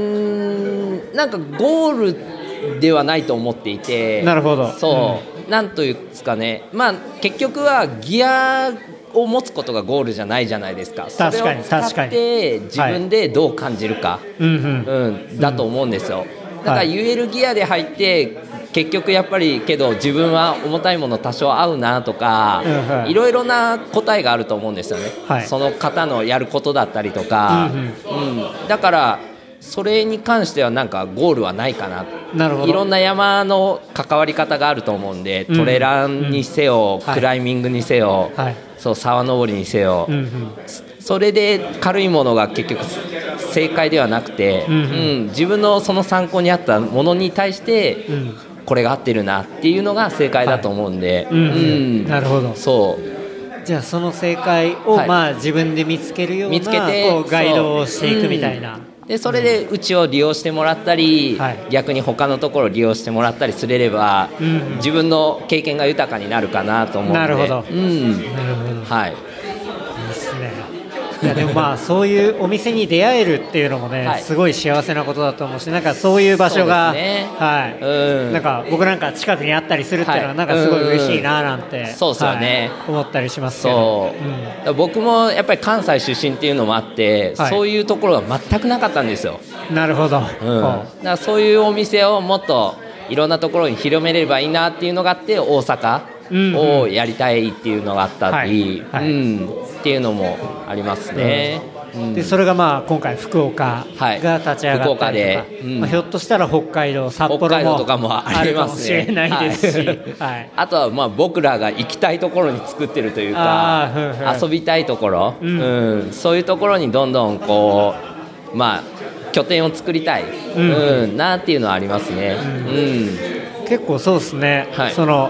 [SPEAKER 8] ーんなんかゴールではないと思っていて
[SPEAKER 7] なるほど
[SPEAKER 8] そう、なんというんですかねまあ結局はギアを持つことがゴールじゃないじゃないですか
[SPEAKER 7] 確かに
[SPEAKER 8] それを
[SPEAKER 7] 確
[SPEAKER 8] 使
[SPEAKER 7] か
[SPEAKER 8] っ
[SPEAKER 7] に
[SPEAKER 8] て自分でどう感じるか、
[SPEAKER 7] うんうん、
[SPEAKER 8] うん、だと思うんですよ、だから
[SPEAKER 7] はい
[SPEAKER 8] UL ギアで入って結局やっぱりけど自分は重たいもの多少合うなとか、
[SPEAKER 7] うんはい
[SPEAKER 8] いろいろな答えがあると思うんですよね、
[SPEAKER 7] はい
[SPEAKER 8] その方のやることだったりとか、
[SPEAKER 7] う
[SPEAKER 8] うんだからそれに関してはなんかゴールはないかな
[SPEAKER 7] なるほど
[SPEAKER 8] いろんな山の関わり方があると思うんで、
[SPEAKER 7] うん
[SPEAKER 8] トレランにせよ、
[SPEAKER 7] うんはい
[SPEAKER 8] クライミングにせよ、
[SPEAKER 7] はい
[SPEAKER 8] そう沢登りにせよ、
[SPEAKER 7] うんうん、
[SPEAKER 8] それで軽いものが結局正解ではなくて、
[SPEAKER 7] う
[SPEAKER 8] うんん
[SPEAKER 7] うん
[SPEAKER 8] 自分のその参考にあったものに対して、
[SPEAKER 7] うん
[SPEAKER 8] これが合ってるなっていうのが正解だと思うんで、
[SPEAKER 7] うんうんなるほど
[SPEAKER 8] そう
[SPEAKER 7] じゃあその正解を、
[SPEAKER 8] はい
[SPEAKER 7] まあ自分で見つけるような
[SPEAKER 8] 見つけて
[SPEAKER 7] こうガイドをしていくみたいな、
[SPEAKER 8] そううんでそれでうちを利用してもらったり、
[SPEAKER 7] はい
[SPEAKER 8] 逆に他のところを利用してもらったりすれれば、
[SPEAKER 7] うんうん
[SPEAKER 8] 自分の経験が豊かになるかなと思うんで
[SPEAKER 7] なるほど
[SPEAKER 8] うん
[SPEAKER 7] なるほどい
[SPEAKER 8] はい、
[SPEAKER 7] いですねいやでもまあそういうお店に出会えるっていうのもね、
[SPEAKER 8] はい
[SPEAKER 7] すごい幸せなことだと思うしなんかそういう場所が、
[SPEAKER 8] そうですね
[SPEAKER 7] はい、
[SPEAKER 8] うん
[SPEAKER 7] なんか僕なんか近くにあったりするっていうの
[SPEAKER 8] は
[SPEAKER 7] はいなんかすごい嬉しいななんて、
[SPEAKER 8] んそうっすよね
[SPEAKER 7] はい思ったりしますけど
[SPEAKER 8] そうう、
[SPEAKER 7] ん
[SPEAKER 8] だから僕もやっぱり関西出身っていうのもあって、
[SPEAKER 7] はい
[SPEAKER 8] そういうところが全くなかったんですよ、
[SPEAKER 7] なるほど、
[SPEAKER 8] うん、だ
[SPEAKER 7] こ
[SPEAKER 8] からそういうお店をもっといろんなところに広めればいいなっていうのがあって大
[SPEAKER 7] うん
[SPEAKER 8] 阪をやりたいっていうのがあったり、
[SPEAKER 7] はいはい
[SPEAKER 8] うん、っていうのもありますね、う
[SPEAKER 7] うんでそれがまあ今回福岡
[SPEAKER 8] はい
[SPEAKER 7] が立ち上がったりとか、
[SPEAKER 8] 福岡でうん
[SPEAKER 7] まあ、ひょっとしたら北海道札幌も
[SPEAKER 8] 北海道とかもありますね
[SPEAKER 7] あるかもしれないですし、
[SPEAKER 8] は
[SPEAKER 7] はいい、
[SPEAKER 8] あとはまあ僕らが行きたいところに作ってるという
[SPEAKER 7] あ
[SPEAKER 8] か
[SPEAKER 7] ーふんふん
[SPEAKER 8] <laughs> 遊びたいところ、
[SPEAKER 7] う
[SPEAKER 8] うんんそういうところにどんどんこうまあ拠点を作りたい、
[SPEAKER 7] う
[SPEAKER 8] うんんなっていうのはありますね、うん
[SPEAKER 7] 結構そうですね、
[SPEAKER 8] はい
[SPEAKER 7] その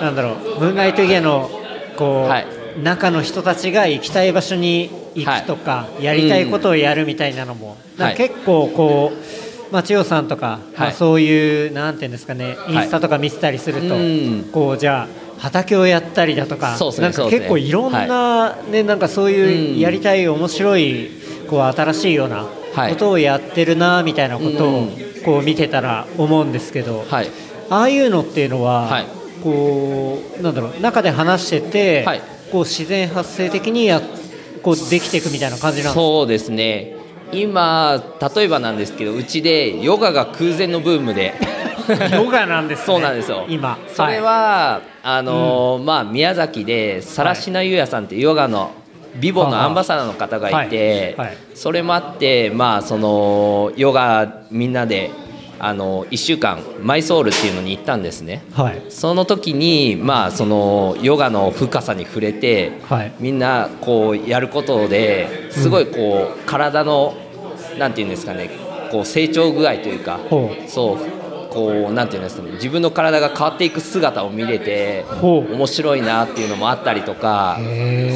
[SPEAKER 7] なんだろうムーンライトギアのこう、
[SPEAKER 8] はい
[SPEAKER 7] 中の人たちが行きたい場所に行くとか、やりたいことをやるみたいなのも、
[SPEAKER 8] うん
[SPEAKER 7] なんか結構こう、まあ、千代さんとか、まあ、
[SPEAKER 8] はい
[SPEAKER 7] そういうなんていうんですかねインスタとか見てたりすると、
[SPEAKER 8] うん
[SPEAKER 7] こうじゃあ畑をやったりだとか、
[SPEAKER 8] そうっすね
[SPEAKER 7] なんか
[SPEAKER 8] そうっすね
[SPEAKER 7] 結構いろんな、ねなんかそういう
[SPEAKER 8] うん
[SPEAKER 7] やりたい面白いこう新しいような
[SPEAKER 8] はい
[SPEAKER 7] ことをやってるなみたいなこと
[SPEAKER 8] う
[SPEAKER 7] を
[SPEAKER 8] ん
[SPEAKER 7] こう見てたら思うんですけど、
[SPEAKER 8] はい
[SPEAKER 7] ああいうのっていうのは、
[SPEAKER 8] はい
[SPEAKER 7] こうなんだろう中で話してて、
[SPEAKER 8] はい
[SPEAKER 7] こう自然発生的にやこうできていくみたいな感じなんですか
[SPEAKER 8] そうですね今例えばなんですけどうちでヨガが空前のブームで
[SPEAKER 7] ヨガなんです、ね、
[SPEAKER 8] そうなんですよ
[SPEAKER 7] 今
[SPEAKER 8] それ
[SPEAKER 7] い
[SPEAKER 8] は、あのーまあ、宮崎で更科優也さんっていうヨガのビボのアンバサダーの方がいて、
[SPEAKER 7] はいはい
[SPEAKER 8] それもあって、まあ、そのヨガみんなで、あの1週間マイソウルっていうのに行ったんですね
[SPEAKER 7] はい
[SPEAKER 8] その時に、まあ、そのヨガの深さに触れて、
[SPEAKER 7] はい
[SPEAKER 8] みんなこうやることですごいこう、体のなんていうんですかねこう成長具合というか
[SPEAKER 7] ほう
[SPEAKER 8] そうこうなんていうんですかね自分の体が変わっていく姿を見れて
[SPEAKER 7] ほう
[SPEAKER 8] 面白いなっていうのもあったりとか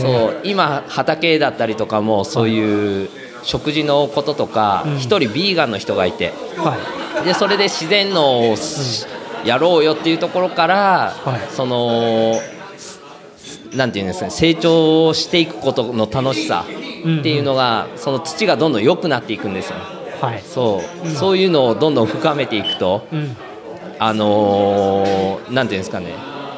[SPEAKER 8] そう今畑だったりとかもそういう食事のこととか一人ビーガンの人がいて
[SPEAKER 7] は
[SPEAKER 8] でそれで自然のをすやろうよっていうところから
[SPEAKER 7] はい
[SPEAKER 8] そのすなんていうんですかね成長していくことの楽しさっていうのがその土がどんどん良くなっていくんですよね。
[SPEAKER 7] いはい
[SPEAKER 8] そう、そういうのをどんどん深めていくと、
[SPEAKER 7] うん
[SPEAKER 8] あのーなんていうんですかね、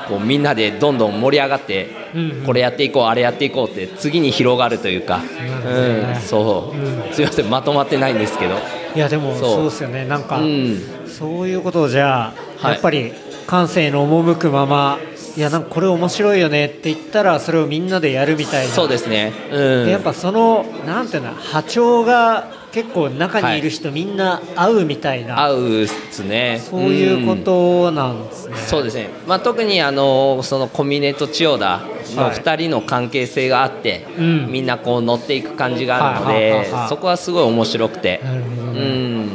[SPEAKER 8] こうみんなでどんどん盛り上がって、
[SPEAKER 7] うんうん
[SPEAKER 8] これやっていこう、あれやっていこうって、次に広がるというか、うん、そう、すみません、まとまってないんですけど、
[SPEAKER 7] いやでも
[SPEAKER 8] そう
[SPEAKER 7] そうですよねなんか、
[SPEAKER 8] うん、
[SPEAKER 7] そういうことをじゃあ、
[SPEAKER 8] はい
[SPEAKER 7] やっぱり感性の赴くままいやなんかこれ面白いよねって言ったらそれをみんなでやるみたいな
[SPEAKER 8] そうですね、うん、
[SPEAKER 7] でやっぱそのなんていうの波長が結構中にいる人みんな合うみたいな、
[SPEAKER 8] 合うっすね、
[SPEAKER 7] そういうこ
[SPEAKER 8] ん
[SPEAKER 7] となんですね、
[SPEAKER 8] そうですね、まあ、特にあのその小峰と千代田の2人の関係性があって、
[SPEAKER 7] うん
[SPEAKER 8] みんなこう乗っていく感じがあるので、
[SPEAKER 7] はいはいはいはい
[SPEAKER 8] そこはすごい面白くて、
[SPEAKER 7] なるほど
[SPEAKER 8] う
[SPEAKER 7] ね
[SPEAKER 8] ん、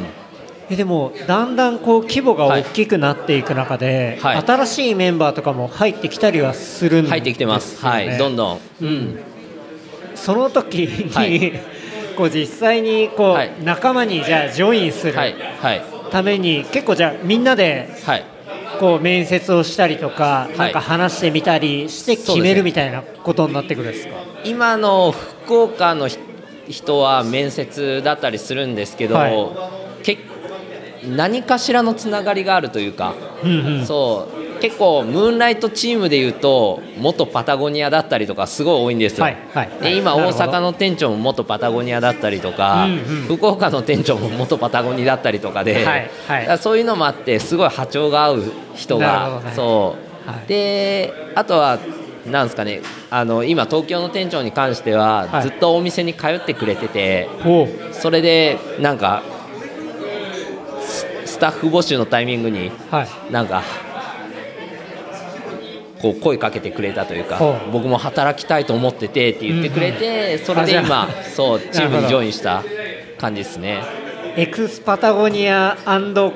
[SPEAKER 7] えでもだんだんこう規模が大きくなっていく中で、
[SPEAKER 8] はい
[SPEAKER 7] 新しいメンバーとかも入ってきたりはするんですよね
[SPEAKER 8] 入ってきてます、はい、どんどん、うん、
[SPEAKER 7] その時に、
[SPEAKER 8] はい
[SPEAKER 7] <laughs> こう実際にこう、
[SPEAKER 8] はい
[SPEAKER 7] 仲間にじゃあジョインする
[SPEAKER 8] はいはい
[SPEAKER 7] ために、結構じゃあみんなで
[SPEAKER 8] はい
[SPEAKER 7] こう面接をしたりとか、なんか話してみたりして
[SPEAKER 8] そうですね
[SPEAKER 7] 決めるみたいなことになってくるんですか
[SPEAKER 8] 今の福岡のひ人は面接だったりするんですけど、
[SPEAKER 7] はい
[SPEAKER 8] け何かしらのつながりがあるというか。
[SPEAKER 7] うんうん
[SPEAKER 8] そう結構ムーンライトチームでいうと元パタゴニアだったりとかすごい多いんですよ、
[SPEAKER 7] はいはいはい
[SPEAKER 8] で今
[SPEAKER 7] なる
[SPEAKER 8] 大
[SPEAKER 7] ほど
[SPEAKER 8] 阪の店長も元パタゴニアだったりとか、
[SPEAKER 7] うんうん
[SPEAKER 8] 福岡の店長も元パタゴニアだったりとかで、
[SPEAKER 7] はいはい
[SPEAKER 8] だからそういうのもあってすごい波長が合う人
[SPEAKER 7] なるほ
[SPEAKER 8] が、
[SPEAKER 7] どね
[SPEAKER 8] そう、
[SPEAKER 7] はい
[SPEAKER 8] であとはなんですかねあの今東京の店長に関しては、
[SPEAKER 7] はい
[SPEAKER 8] ずっとお店に通ってくれてて、
[SPEAKER 7] ほう
[SPEAKER 8] それでなんかススタッフ募集のタイミングに
[SPEAKER 7] はい
[SPEAKER 8] なんかこう声かけてくれたというか
[SPEAKER 7] ほう
[SPEAKER 8] 僕も働きたいと思っててって言ってくれて、それで
[SPEAKER 7] あじゃ
[SPEAKER 8] 今
[SPEAKER 7] あ <laughs>
[SPEAKER 8] そうチー
[SPEAKER 7] なる
[SPEAKER 8] ム
[SPEAKER 7] ほ
[SPEAKER 8] に
[SPEAKER 7] ど
[SPEAKER 8] ジョインした感じですね
[SPEAKER 7] エクスパタゴニア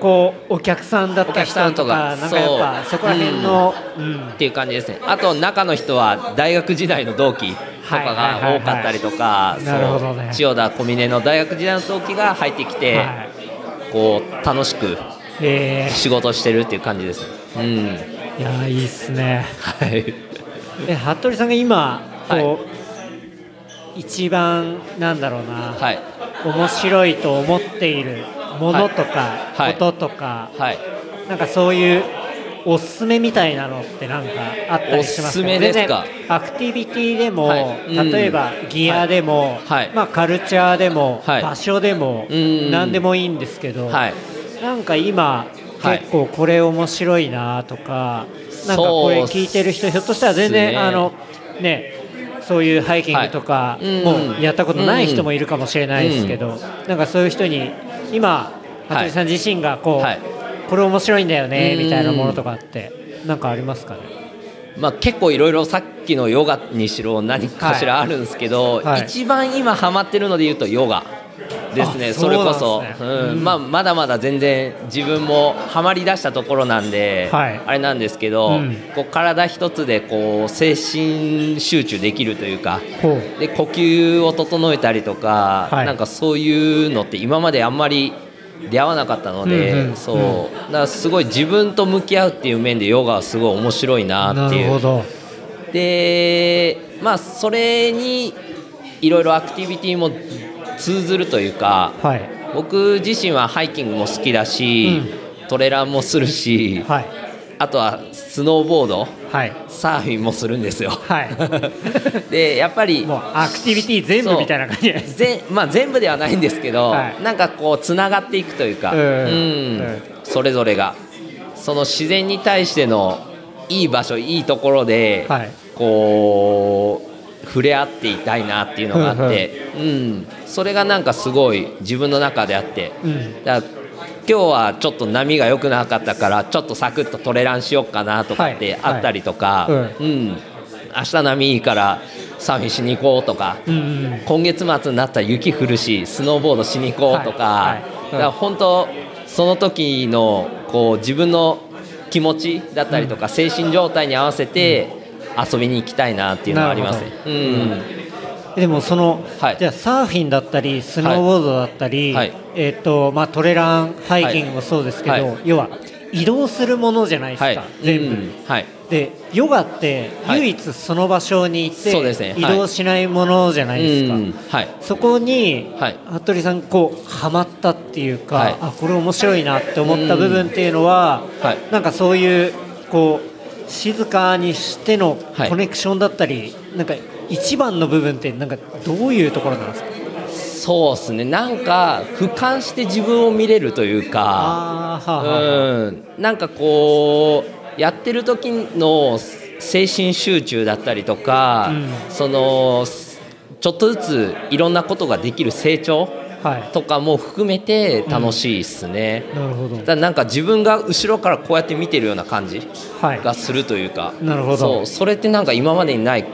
[SPEAKER 7] こうお客さんだった人とか
[SPEAKER 8] お客さんとか
[SPEAKER 7] なんかやっぱ
[SPEAKER 8] そ
[SPEAKER 7] そ
[SPEAKER 8] う
[SPEAKER 7] こら辺の、うん
[SPEAKER 8] っていう感じですねあと中の人は大学時代の同期とか
[SPEAKER 7] はいはいはいは
[SPEAKER 8] が
[SPEAKER 7] い
[SPEAKER 8] 多かったりとか
[SPEAKER 7] なるほどね
[SPEAKER 8] そう千代田小峰の大学時代の同期が入ってきて、
[SPEAKER 7] はい
[SPEAKER 8] こう楽しく
[SPEAKER 7] え
[SPEAKER 8] 仕事してるっていう感じです、うん
[SPEAKER 7] ー、いやーいいっすね
[SPEAKER 8] はい
[SPEAKER 7] え服部さんが今こう、
[SPEAKER 8] は
[SPEAKER 7] 一番なんだろうな、
[SPEAKER 8] はい
[SPEAKER 7] 面白いと思っているものとか、
[SPEAKER 8] はい
[SPEAKER 7] こととか、
[SPEAKER 8] はい
[SPEAKER 7] なんかそういうおすすめみたいなのってなんかあったりしますか
[SPEAKER 8] おすすめですか
[SPEAKER 7] 全然アクティビティでも、
[SPEAKER 8] はいうん
[SPEAKER 7] 例えばギアでも、
[SPEAKER 8] はい
[SPEAKER 7] まあ、カルチャーでも、
[SPEAKER 8] はい
[SPEAKER 7] 場所でも、
[SPEAKER 8] うん
[SPEAKER 7] 何でもいいんですけど、
[SPEAKER 8] はい
[SPEAKER 7] なんか今、
[SPEAKER 8] はい
[SPEAKER 7] 結構これ面白いなとかなんかこれ聞いてる人ひょっとしたら全
[SPEAKER 8] そうっす
[SPEAKER 7] 然
[SPEAKER 8] ね
[SPEAKER 7] あのねそういうハイキングとか
[SPEAKER 8] はいうん
[SPEAKER 7] もうやったことない人もいるかもしれないですけど、なんかそういう人に今
[SPEAKER 8] はい
[SPEAKER 7] 羽鳥さん自身がこう、
[SPEAKER 8] はい
[SPEAKER 7] これ面白いんだよね
[SPEAKER 8] うん
[SPEAKER 7] みたいなものとかってなんかありますかね
[SPEAKER 8] まあ、結構いろいろさっきのヨガにしろ何かしらあるんですけど、
[SPEAKER 7] はいはい
[SPEAKER 8] 一番今ハマってるので言うとヨガですね
[SPEAKER 7] あ
[SPEAKER 8] それこそ
[SPEAKER 7] そうなんです
[SPEAKER 8] う
[SPEAKER 7] ね
[SPEAKER 8] ん
[SPEAKER 7] うん
[SPEAKER 8] まあ、まだまだ全然自分もハマりだしたところなんで、
[SPEAKER 7] はい
[SPEAKER 8] あれなんですけど、
[SPEAKER 7] うん
[SPEAKER 8] こう体一つでこう精神集中できるというか。
[SPEAKER 7] ほう
[SPEAKER 8] で呼吸を整えたりとか、
[SPEAKER 7] はい
[SPEAKER 8] なんかそういうのって今まであんまり出会わなかったので、
[SPEAKER 7] うんうん
[SPEAKER 8] そう、だからすごい自分と向き合うっていう面でヨガはすごい面白いな
[SPEAKER 7] な
[SPEAKER 8] ってい
[SPEAKER 7] るほ
[SPEAKER 8] う
[SPEAKER 7] ど
[SPEAKER 8] でまあそれにいろいろアクティビティも通ずるというか、
[SPEAKER 7] はい
[SPEAKER 8] 僕自身はハイキングも好きだし、トレランもするし、
[SPEAKER 7] はい
[SPEAKER 8] あとはスノーボード
[SPEAKER 7] はい
[SPEAKER 8] サーフィンもするんですよ。
[SPEAKER 7] はい
[SPEAKER 8] <laughs> でやっぱり
[SPEAKER 7] もうアクティビティ全部みたいな感じじゃないですか
[SPEAKER 8] ぜまあ、全 <laughs> 部ではないんですけど、
[SPEAKER 7] はい
[SPEAKER 8] なんかこうつながっていくというか、
[SPEAKER 7] うん
[SPEAKER 8] うんそれぞれがその自然に対してのいい場所いいところで、
[SPEAKER 7] はい
[SPEAKER 8] こう触れ合っていたいなっていうのがあって、うんそれがなんかすごい自分の中であって、
[SPEAKER 7] うん
[SPEAKER 8] だから今日はちょっと波が良くなかったからちょっとサクッとトレランしようかなとかって
[SPEAKER 7] はい
[SPEAKER 8] あったりとか、
[SPEAKER 7] はい
[SPEAKER 8] うん明日波いいからサーフィンしに行こうとか、
[SPEAKER 7] うんうん
[SPEAKER 8] 今月末になったら雪降るしスノーボードしに行こうとか,、
[SPEAKER 7] はいはい
[SPEAKER 8] だから本当その時のこう自分の気持ちだったりとか精神状態に合わせて遊びに行きたいなっていうのはありますね
[SPEAKER 7] なる。
[SPEAKER 8] うん
[SPEAKER 7] でもその、
[SPEAKER 8] はい
[SPEAKER 7] じゃあサーフィンだったりスノーボードだったり、
[SPEAKER 8] はいはい
[SPEAKER 7] えっ、とまあトレランハイキングもそうですけど、
[SPEAKER 8] はいはい
[SPEAKER 7] 要は移動するものじゃないですか、
[SPEAKER 8] はい、
[SPEAKER 7] 全部、
[SPEAKER 8] うんはい、
[SPEAKER 7] でヨガって
[SPEAKER 8] はい
[SPEAKER 7] 唯一その場所に行って、
[SPEAKER 8] そうですね
[SPEAKER 7] 移動しないものじゃないですか、
[SPEAKER 8] うんはい
[SPEAKER 7] そこに、
[SPEAKER 8] はい
[SPEAKER 7] 服部さんこうハマったっていうか、
[SPEAKER 8] はい
[SPEAKER 7] あこれ面白いなって思った部分っていうのは、
[SPEAKER 8] うんはい
[SPEAKER 7] なんかそういうこう静かにしての
[SPEAKER 8] はい
[SPEAKER 7] コネクションだったり、なんか一番の部分ってなんかどういうところなんですか
[SPEAKER 8] そうですねなんか俯瞰して自分を見れるというか
[SPEAKER 7] あーはあはあ
[SPEAKER 8] うんなんかこうやってる時の精神集中だったりとか、
[SPEAKER 7] う
[SPEAKER 8] そのちょっとずついろんなことができる成長
[SPEAKER 7] はい
[SPEAKER 8] とかも含めて楽しいっすね、
[SPEAKER 7] なるほど
[SPEAKER 8] だからなんか自分が後ろからこうやって見てるような感じ
[SPEAKER 7] はい
[SPEAKER 8] がするというか、
[SPEAKER 7] なるほど
[SPEAKER 8] そうそれってなんか今までにない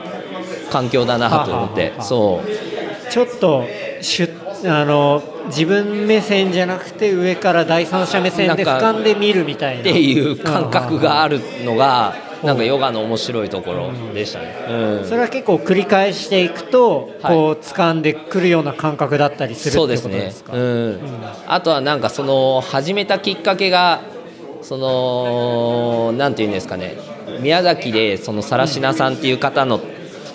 [SPEAKER 8] 環境だなと思って
[SPEAKER 7] ははは
[SPEAKER 8] そう
[SPEAKER 7] ちょっとしゅあの自分目線じゃなくて上から第三者目線で
[SPEAKER 8] な
[SPEAKER 7] 俯
[SPEAKER 8] んか
[SPEAKER 7] 瞰で見るみたいな
[SPEAKER 8] っていう感覚があ
[SPEAKER 7] る
[SPEAKER 8] るのがなんかヨガの面白いところでしたね。うん
[SPEAKER 7] それは結構繰り返していくと、
[SPEAKER 8] はい
[SPEAKER 7] こう掴んでくるような感覚だったりするって
[SPEAKER 8] そ
[SPEAKER 7] こ
[SPEAKER 8] うで
[SPEAKER 7] と
[SPEAKER 8] す
[SPEAKER 7] で
[SPEAKER 8] ね
[SPEAKER 7] す、か
[SPEAKER 8] うん、あとはなんかその始めたきっかけがそのなんていうんですかね宮崎でそのさらしなさんっていう方の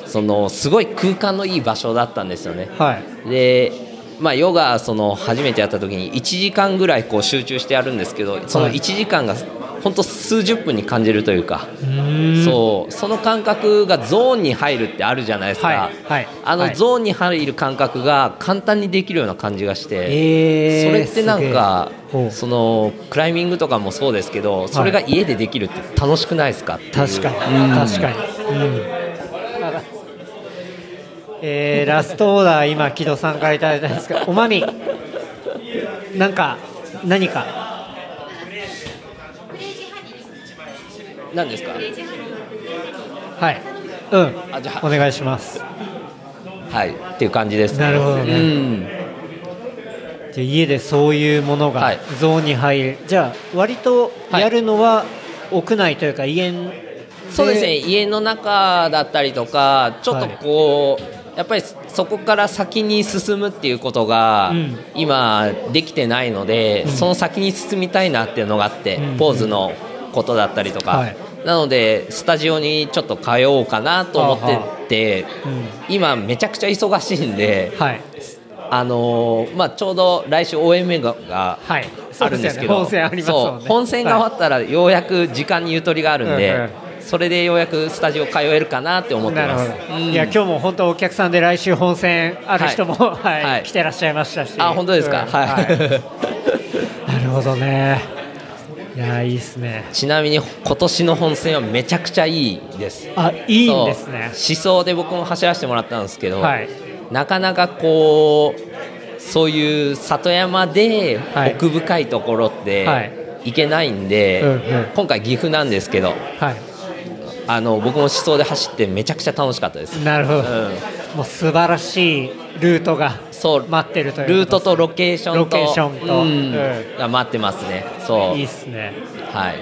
[SPEAKER 8] そのすごい空間のいい場所だったんですよね。
[SPEAKER 7] はい
[SPEAKER 8] でまあ、ヨガその初めてやった時に1時間ぐらいこう集中してやるんですけどその1時間が本当数十分に感じるというか、そうその感覚がゾーンに入るってあるじゃないですか、
[SPEAKER 7] はいはい
[SPEAKER 8] あ
[SPEAKER 7] は
[SPEAKER 8] の
[SPEAKER 7] い
[SPEAKER 8] ゾーンに入る感覚が簡単にできるような感じがして、
[SPEAKER 7] えー
[SPEAKER 8] それってなんか
[SPEAKER 7] すげえほう
[SPEAKER 8] そのクライミングとかもそうですけどそれが家でできるって楽しくないですかっていう
[SPEAKER 7] 確かに、確かに、うんあらえーラストオーダー今木戸さんからいただいたんです
[SPEAKER 8] <laughs>
[SPEAKER 7] けどおまみなんか何か
[SPEAKER 8] 何ですか
[SPEAKER 7] はいうん
[SPEAKER 8] あじゃあ
[SPEAKER 7] お願いします
[SPEAKER 8] はいっていう感じですね
[SPEAKER 7] なるほどね
[SPEAKER 8] うん
[SPEAKER 7] じゃあ家でそういうもの
[SPEAKER 8] は
[SPEAKER 7] が
[SPEAKER 8] い
[SPEAKER 7] ゾーンに入る、じゃあ割とやるのは屋内というか家ん
[SPEAKER 8] そうですね、家の中だったりとかちょっとこう、やっぱりそこから先に進むっていうことが、
[SPEAKER 7] うん
[SPEAKER 8] 今できてないので、その先に進みたいなっていうのがあって、
[SPEAKER 7] うん
[SPEAKER 8] ポーズのことだったりとか、
[SPEAKER 7] はい
[SPEAKER 8] なのでスタジオにちょっと通おうかなと思ってて、今めちゃくちゃ忙しいんで、
[SPEAKER 7] はい
[SPEAKER 8] あのーまあ、ちょうど来週 OMA が。が
[SPEAKER 7] はい
[SPEAKER 8] あるんですけど
[SPEAKER 7] そうよね本戦ありますもんね
[SPEAKER 8] そう本戦が終わ
[SPEAKER 7] っ
[SPEAKER 8] ったらようやく時間にゆとりがあるん
[SPEAKER 7] うん
[SPEAKER 8] で、それでようやくスタジオ通えるかなって思って
[SPEAKER 7] なる
[SPEAKER 8] ま
[SPEAKER 7] ほ
[SPEAKER 8] す
[SPEAKER 7] ど、
[SPEAKER 8] うん
[SPEAKER 7] いや今日も本当お客さんで来週本戦ある人も、は
[SPEAKER 8] はい
[SPEAKER 7] い
[SPEAKER 8] はい
[SPEAKER 7] 来てらっしゃいましたし
[SPEAKER 8] あ本当ですか、
[SPEAKER 7] うん
[SPEAKER 8] はい
[SPEAKER 7] なるほどねいやいいですね
[SPEAKER 8] <laughs> ちなみに今年の本戦はめちゃくちゃいいです
[SPEAKER 7] あいいんですね
[SPEAKER 8] そう思想で僕も走らせてもらったんですけど、
[SPEAKER 7] はい
[SPEAKER 8] なかなかこうそういう里山で
[SPEAKER 7] はい
[SPEAKER 8] 奥深いところって、
[SPEAKER 7] はい
[SPEAKER 8] いけないんで、
[SPEAKER 7] うんうん
[SPEAKER 8] 今回岐阜なんですけど
[SPEAKER 7] はい
[SPEAKER 8] あの僕も思想で走ってめちゃくちゃ楽しかったです、
[SPEAKER 7] なるほど、
[SPEAKER 8] うん
[SPEAKER 7] もう素晴らしいルートが
[SPEAKER 8] そう
[SPEAKER 7] 待ってるという
[SPEAKER 8] ルートと
[SPEAKER 7] ロ
[SPEAKER 8] ロケーションと
[SPEAKER 7] ロケーションとう
[SPEAKER 8] うん
[SPEAKER 7] ん
[SPEAKER 8] が待ってますねそう
[SPEAKER 7] いいっすね
[SPEAKER 8] はい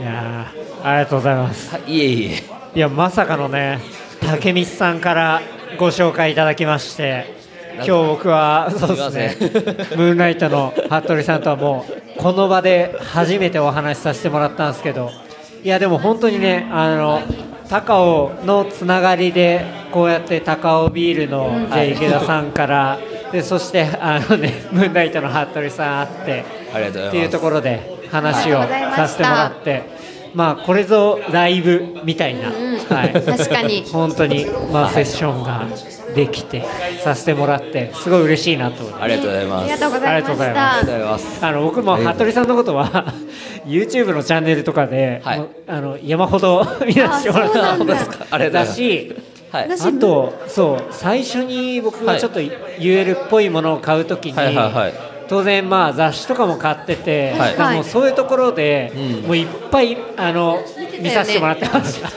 [SPEAKER 7] いやーありがとうございます
[SPEAKER 8] あいえいえ
[SPEAKER 7] いやまさかのね竹光さんからご紹介いただきまして今日僕はそうですね
[SPEAKER 8] すいません
[SPEAKER 7] ムーンライトの服部さんとはもうこの場で初めてお話しさせてもらったんですけどいやでも本当にねあの高尾のつながりでこうやって高尾ビールの、で池田さんからでそしてあの、ね、ムーンライトの服部さんあって
[SPEAKER 8] ありがとうございます
[SPEAKER 7] っていうところで話をさせてもらって、まあこれぞライブみたいな、はい、
[SPEAKER 4] 確かに
[SPEAKER 7] <laughs> 本当にまあセッションができてさせてもらってすごい嬉しいなと思って
[SPEAKER 8] ありがとうございます
[SPEAKER 4] ありがとうございま
[SPEAKER 7] あ
[SPEAKER 4] し
[SPEAKER 7] りが
[SPEAKER 4] た
[SPEAKER 8] ありがとうございます
[SPEAKER 7] あの僕も服部さんのことは <laughs> YouTube のチャンネルとかで、
[SPEAKER 8] はい
[SPEAKER 7] もうあの山ほど見させてもらっ
[SPEAKER 4] あ
[SPEAKER 7] た
[SPEAKER 4] そうなんだ
[SPEAKER 8] 本当ですかありがとうございます
[SPEAKER 7] し
[SPEAKER 8] はい
[SPEAKER 4] 私
[SPEAKER 7] あとそう最初に僕がちょっと UL っぽいものを買うときに、
[SPEAKER 8] はいはいはい
[SPEAKER 7] 当然まあ雑誌とかも買ってて、
[SPEAKER 8] はい
[SPEAKER 7] でもそういうところで、
[SPEAKER 8] うん
[SPEAKER 7] もういっぱいあの見させてもらってま
[SPEAKER 8] <laughs>
[SPEAKER 7] した。は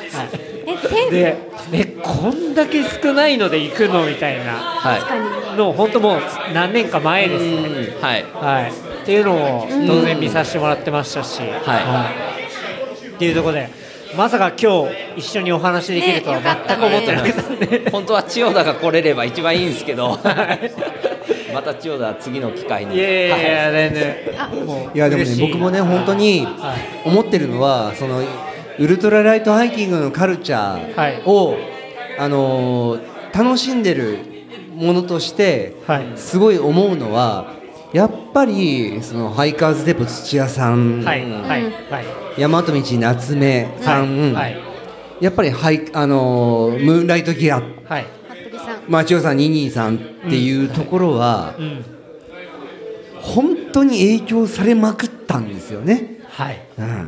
[SPEAKER 7] いでえこんだけ少ないので行くのみたいな
[SPEAKER 8] はい
[SPEAKER 7] の本当もう何年か前ですね、
[SPEAKER 8] うんはい
[SPEAKER 7] はい、っていうのを当然見させてもらってましたし、いっていうところでまさか今日一緒にお話できるとは
[SPEAKER 3] ねよかった
[SPEAKER 7] 全く
[SPEAKER 3] ね
[SPEAKER 7] 思ってなかったんで、
[SPEAKER 8] 本当は千代田が来れれば一番いいんですけ
[SPEAKER 7] <laughs>
[SPEAKER 8] どまた千代田は次の機会に
[SPEAKER 7] いやいやいや全然
[SPEAKER 5] いやでもね
[SPEAKER 7] 嬉しい
[SPEAKER 5] 僕もね本当に
[SPEAKER 7] はい
[SPEAKER 5] 思ってるのはそのウルトラライトハイキングのカルチャ
[SPEAKER 7] はい
[SPEAKER 5] ーを、あのー楽しんでるものとして
[SPEAKER 7] はい
[SPEAKER 5] すごい思うのはやっぱりそのハイカーズデポ土屋さん、
[SPEAKER 7] はいはいはい
[SPEAKER 5] 大和道夏目さん、
[SPEAKER 7] はい
[SPEAKER 5] やっぱりハイ、あのームーンライトギア
[SPEAKER 7] はい
[SPEAKER 3] 服部さん。
[SPEAKER 5] 町尾さんニニーさんっていうところは、
[SPEAKER 7] うん
[SPEAKER 5] 本当に影響されまくったんですよね。
[SPEAKER 7] はい
[SPEAKER 5] うん
[SPEAKER 7] な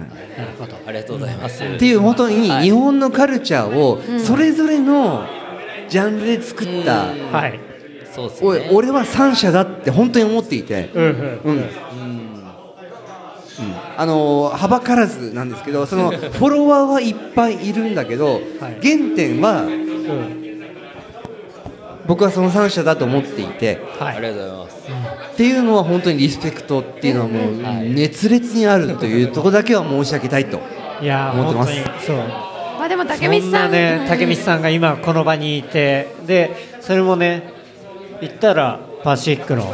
[SPEAKER 7] るほど
[SPEAKER 8] ありがとうございます、
[SPEAKER 5] っていう本当に
[SPEAKER 8] はい
[SPEAKER 5] 日本のカルチャーをそれぞれのジャンルで作った、
[SPEAKER 7] はい
[SPEAKER 8] そうです
[SPEAKER 5] おい
[SPEAKER 8] ね
[SPEAKER 5] 俺は三者だって本当に思っていて、
[SPEAKER 7] うんうん
[SPEAKER 5] うんうんあのーはばからずなんですけどそ
[SPEAKER 8] <laughs>
[SPEAKER 5] のフォロワーはいっぱいいるんだけど
[SPEAKER 7] はい
[SPEAKER 5] 原点は
[SPEAKER 7] うん
[SPEAKER 5] 僕はその三者だと思っていて
[SPEAKER 7] は
[SPEAKER 8] あ
[SPEAKER 7] い
[SPEAKER 8] りがとうございます
[SPEAKER 5] っていうのは本当にリスペクトっていうのはも
[SPEAKER 8] は
[SPEAKER 5] う
[SPEAKER 8] い
[SPEAKER 5] 熱烈にあるというところだけは申し上げたいと。
[SPEAKER 7] いやー
[SPEAKER 5] 思ってま
[SPEAKER 7] 本
[SPEAKER 5] す
[SPEAKER 7] 当にそう
[SPEAKER 3] まあでも竹
[SPEAKER 7] そ
[SPEAKER 3] 光
[SPEAKER 7] ん
[SPEAKER 3] さ。
[SPEAKER 7] なんね竹光
[SPEAKER 3] ん。
[SPEAKER 7] さんが今この場にいてでそれもね言ったらパシフィックの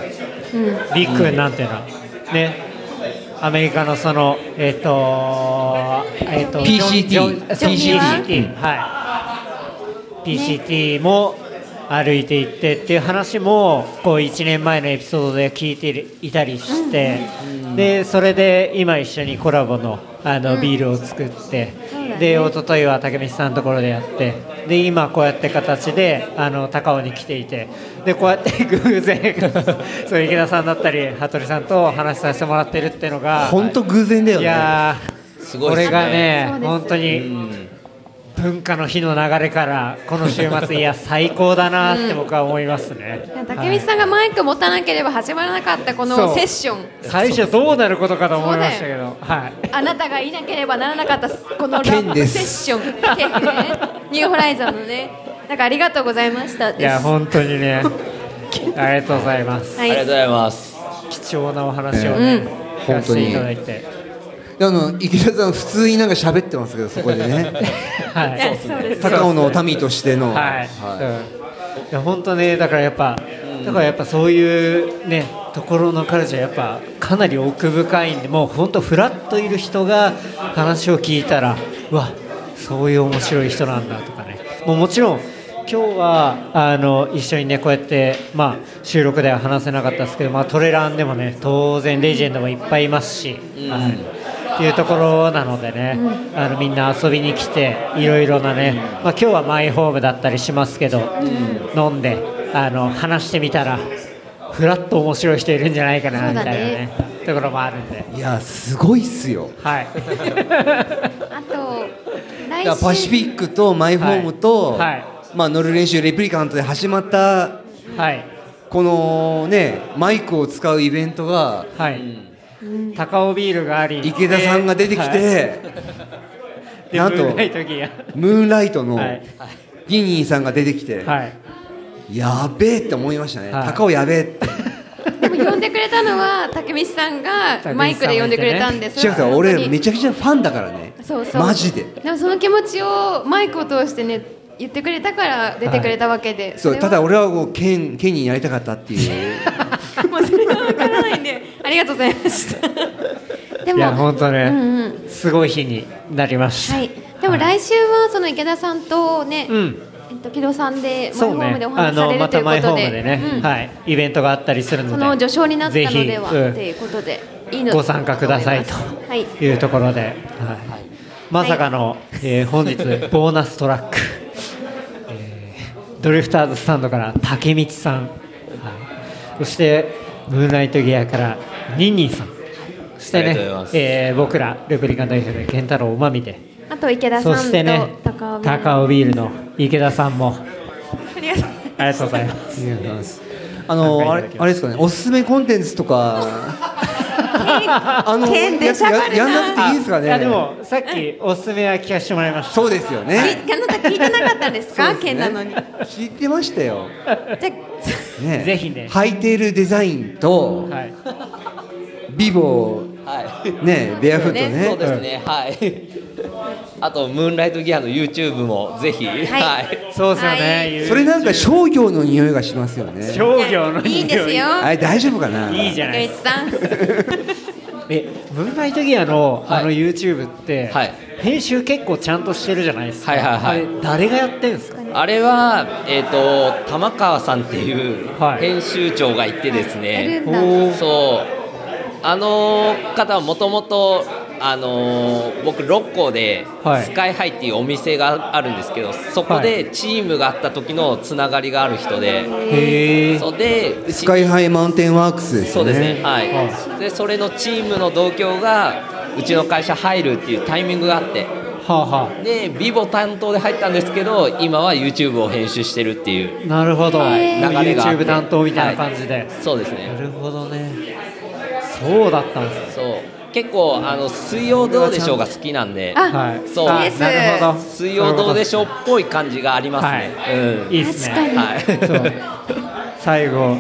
[SPEAKER 7] ビッグなんていうのはねアメリカのそのえっ、とえっ、と
[SPEAKER 5] PCT
[SPEAKER 7] ジョンジョン
[SPEAKER 5] ジョン
[SPEAKER 7] PCT はい PCT も歩いていってっていう話もこう1年前のエピソードで聞いていたりして、でそれで今一緒にコラボのあのビールを作って、で一昨日は竹道さんのところでやってで今こうやって形であの高尾に来ていてでこうやって <laughs> 偶然そう池田さんだったり羽鳥さんとお話しさせてもらってるっていうのが
[SPEAKER 5] 本当偶然だよ
[SPEAKER 7] い
[SPEAKER 5] ね。
[SPEAKER 7] やー
[SPEAKER 8] すごい
[SPEAKER 7] こ
[SPEAKER 8] で
[SPEAKER 7] れ
[SPEAKER 8] すね
[SPEAKER 7] がね
[SPEAKER 3] そうです
[SPEAKER 7] 本当に文化の日の流れからこの週末いや最高だなって僕は思いますね、
[SPEAKER 3] いや竹光さんがマイク持たなければ始まらなかったこ
[SPEAKER 7] そ
[SPEAKER 3] の
[SPEAKER 7] う
[SPEAKER 3] セッション。
[SPEAKER 7] 最初どうなることかと思いましたけどはい
[SPEAKER 3] あなたがいなければならなかったこのラ
[SPEAKER 5] 剣
[SPEAKER 3] ップ
[SPEAKER 5] で
[SPEAKER 3] セッ
[SPEAKER 5] す
[SPEAKER 3] ション、剣ね、ニューホライゾンのね、なんかありがとうございましたです。
[SPEAKER 7] いや本当に
[SPEAKER 3] <laughs>
[SPEAKER 7] ねありがとうございます
[SPEAKER 3] は
[SPEAKER 8] ありがと
[SPEAKER 3] い
[SPEAKER 8] うご、ざいます
[SPEAKER 7] 貴重なお話をね、聞かせていただいて、
[SPEAKER 5] あの池田さん普通になんか喋ってますけどそこ
[SPEAKER 7] <laughs>
[SPEAKER 5] でね
[SPEAKER 7] はい
[SPEAKER 3] やそうです
[SPEAKER 5] 高尾の民としての、
[SPEAKER 7] はい、うんいや本当ねだからやっぱだからやっぱそういうねところのカルチャーやっぱかなり奥深いんでもう本当フラッといる人が話を聞いたらうわそういう面白い人なんだとかねもうもちろん今日はあの一緒にねこうやって、まあ、収録では話せなかったですけど、まあ、トレランでもね当然レジェンドもいっぱいいますし、はい、っていうところなのでね、あのみんな遊びに来ていろいろなね、まあ、今日はマイホームだったりしますけど、飲んであの話してみたらふらっと面白い人いるんじゃないかなみたいなねところもあるんで。
[SPEAKER 5] いやすごいっすよ
[SPEAKER 3] <laughs>
[SPEAKER 7] はい、
[SPEAKER 3] あと
[SPEAKER 5] いやパ
[SPEAKER 3] 来
[SPEAKER 5] シ
[SPEAKER 3] 週
[SPEAKER 5] フィックとマイホームと、
[SPEAKER 7] はいはい
[SPEAKER 5] まあ、乗る練習レプリカントで始まった
[SPEAKER 7] はい
[SPEAKER 5] このねマイクを使うイベントが
[SPEAKER 7] はい高尾ビールがあり
[SPEAKER 5] 池田さんが出てき
[SPEAKER 7] はい
[SPEAKER 5] て、
[SPEAKER 7] で
[SPEAKER 5] なんと
[SPEAKER 7] ムーンライトギア
[SPEAKER 5] ムーンライトの
[SPEAKER 7] はい
[SPEAKER 5] ギニーさんが出てきて、
[SPEAKER 7] はい
[SPEAKER 5] やべえって思いましたね、
[SPEAKER 7] はい
[SPEAKER 5] 高尾やべえって
[SPEAKER 3] でも呼んでくれたのは竹光さんがマイクで呼んでくれたんです。
[SPEAKER 5] 違うさ俺め
[SPEAKER 3] ち
[SPEAKER 5] ちゃくちゃファンだからね
[SPEAKER 3] そうそう
[SPEAKER 5] マジで
[SPEAKER 3] でもその気持ちをマイクを通してね言ってくれたから出てくれたわけで、
[SPEAKER 5] そう
[SPEAKER 3] れは
[SPEAKER 5] ただ俺はもう剣剣になりたかったっていう
[SPEAKER 3] もうそれはわからないんでありがとうございました。で
[SPEAKER 7] い
[SPEAKER 3] も
[SPEAKER 7] や本当ね、
[SPEAKER 3] うんうん
[SPEAKER 7] すごい日になりました、
[SPEAKER 3] はい、でも来週はその池田さんとね、
[SPEAKER 7] うん
[SPEAKER 3] えっと、木戸さんでマイ
[SPEAKER 7] そ
[SPEAKER 3] ホ
[SPEAKER 7] う
[SPEAKER 3] ーム
[SPEAKER 7] ね
[SPEAKER 3] でお
[SPEAKER 7] あ
[SPEAKER 3] 話しさ
[SPEAKER 7] の
[SPEAKER 3] れる
[SPEAKER 7] ま
[SPEAKER 3] とい
[SPEAKER 7] た
[SPEAKER 3] う
[SPEAKER 7] マイ
[SPEAKER 3] こ
[SPEAKER 7] ホ
[SPEAKER 3] と
[SPEAKER 7] ーム
[SPEAKER 3] で
[SPEAKER 7] でね、
[SPEAKER 3] うん
[SPEAKER 7] はい、イベントがあったりするので
[SPEAKER 3] その序章になったのでは
[SPEAKER 7] ぜひうん
[SPEAKER 3] っていうことでいいの
[SPEAKER 7] ご参加くださいと
[SPEAKER 3] はい
[SPEAKER 7] いうところで、はいまさかの、えー本日ボーナストラ
[SPEAKER 3] <laughs>
[SPEAKER 7] ック、えードリフターズスタンドから竹道さん、はいそしてムーンライトギアからニンニンさんそして
[SPEAKER 8] あ
[SPEAKER 7] ね
[SPEAKER 8] りがとうございま、す
[SPEAKER 7] えー僕らルプリカン代表で健太郎おまみで
[SPEAKER 3] あと池田さん
[SPEAKER 7] そ
[SPEAKER 3] と
[SPEAKER 7] してね
[SPEAKER 3] 高尾美奈
[SPEAKER 7] 高尾ビールの池田さんもありがとうございます
[SPEAKER 5] あのあれあれですかねおすすめコンテンツとかあの
[SPEAKER 3] 剣で
[SPEAKER 5] や
[SPEAKER 3] しゃが
[SPEAKER 5] や
[SPEAKER 3] るな
[SPEAKER 5] やんなくていいですかね
[SPEAKER 7] いやでもさっきおすすめは聞かせてもらいました
[SPEAKER 5] そうですよね
[SPEAKER 3] あなた聞いてなかったんですか
[SPEAKER 5] そうです
[SPEAKER 3] 県
[SPEAKER 5] ね
[SPEAKER 3] なのにじゃ
[SPEAKER 5] 知ってましたよ、
[SPEAKER 3] あ
[SPEAKER 5] ね、
[SPEAKER 7] ぜひね
[SPEAKER 5] ハイテールデザインと
[SPEAKER 7] はい、
[SPEAKER 5] ビボー
[SPEAKER 8] はい
[SPEAKER 5] ねベアフットね
[SPEAKER 8] そうですね、はい。 <laughs> あと、ムーンライトギアの YouTube もぜひ、はい。
[SPEAKER 7] そうですよ
[SPEAKER 5] う
[SPEAKER 7] ね
[SPEAKER 5] ん。それなんか商業の匂いがしますよね
[SPEAKER 7] 商業の匂
[SPEAKER 3] いいですよ。
[SPEAKER 5] あれ大丈夫かない
[SPEAKER 7] いじゃない
[SPEAKER 3] 竹内
[SPEAKER 7] ですか。
[SPEAKER 3] さん。
[SPEAKER 7] え、ムーンライトギアの
[SPEAKER 8] はい
[SPEAKER 7] あの YouTube って、
[SPEAKER 8] はい
[SPEAKER 7] 編集結構ちゃんとしてるじゃないですか。
[SPEAKER 8] はいはいはい
[SPEAKER 7] あれ誰がやってるんですか。
[SPEAKER 8] あれは、えっ、と、玉川さんっていう
[SPEAKER 7] はい
[SPEAKER 8] 編集長がいてです
[SPEAKER 3] やる
[SPEAKER 8] ね、
[SPEAKER 3] んだ。
[SPEAKER 8] そう、あの方はもともと、あのー僕、六甲で
[SPEAKER 7] はい
[SPEAKER 8] スカイハイっていうお店があるんですけど、そこでチームがあった時のつながりがある人で、
[SPEAKER 7] へえ。
[SPEAKER 8] そうで、う
[SPEAKER 5] ス
[SPEAKER 8] ち
[SPEAKER 5] カイハイマウンテンワークスですね
[SPEAKER 8] そうですね、はい、
[SPEAKER 7] は
[SPEAKER 8] でそれのチームの同郷がうちの会社入るっていうタイミングがあって
[SPEAKER 7] はあ、は
[SPEAKER 8] でビボ担当で入ったんですけど今は YouTube を編集してるっていう
[SPEAKER 7] あ。なるほど。
[SPEAKER 8] はい流れがあって
[SPEAKER 7] YouTube 担当みたいな感じで。
[SPEAKER 8] そうです
[SPEAKER 7] な
[SPEAKER 8] ね
[SPEAKER 7] るほどね。そうだったんですね。
[SPEAKER 8] そう結構あの「水曜どうでしょう」が好きなんで
[SPEAKER 3] あ
[SPEAKER 7] はい。
[SPEAKER 8] そう
[SPEAKER 7] あ
[SPEAKER 3] です
[SPEAKER 7] なるほど。
[SPEAKER 8] 水曜どうでしょうっぽい感じがありますね、
[SPEAKER 7] はい
[SPEAKER 8] うん
[SPEAKER 7] いいですね。
[SPEAKER 3] 確かに
[SPEAKER 8] はい
[SPEAKER 7] そう最後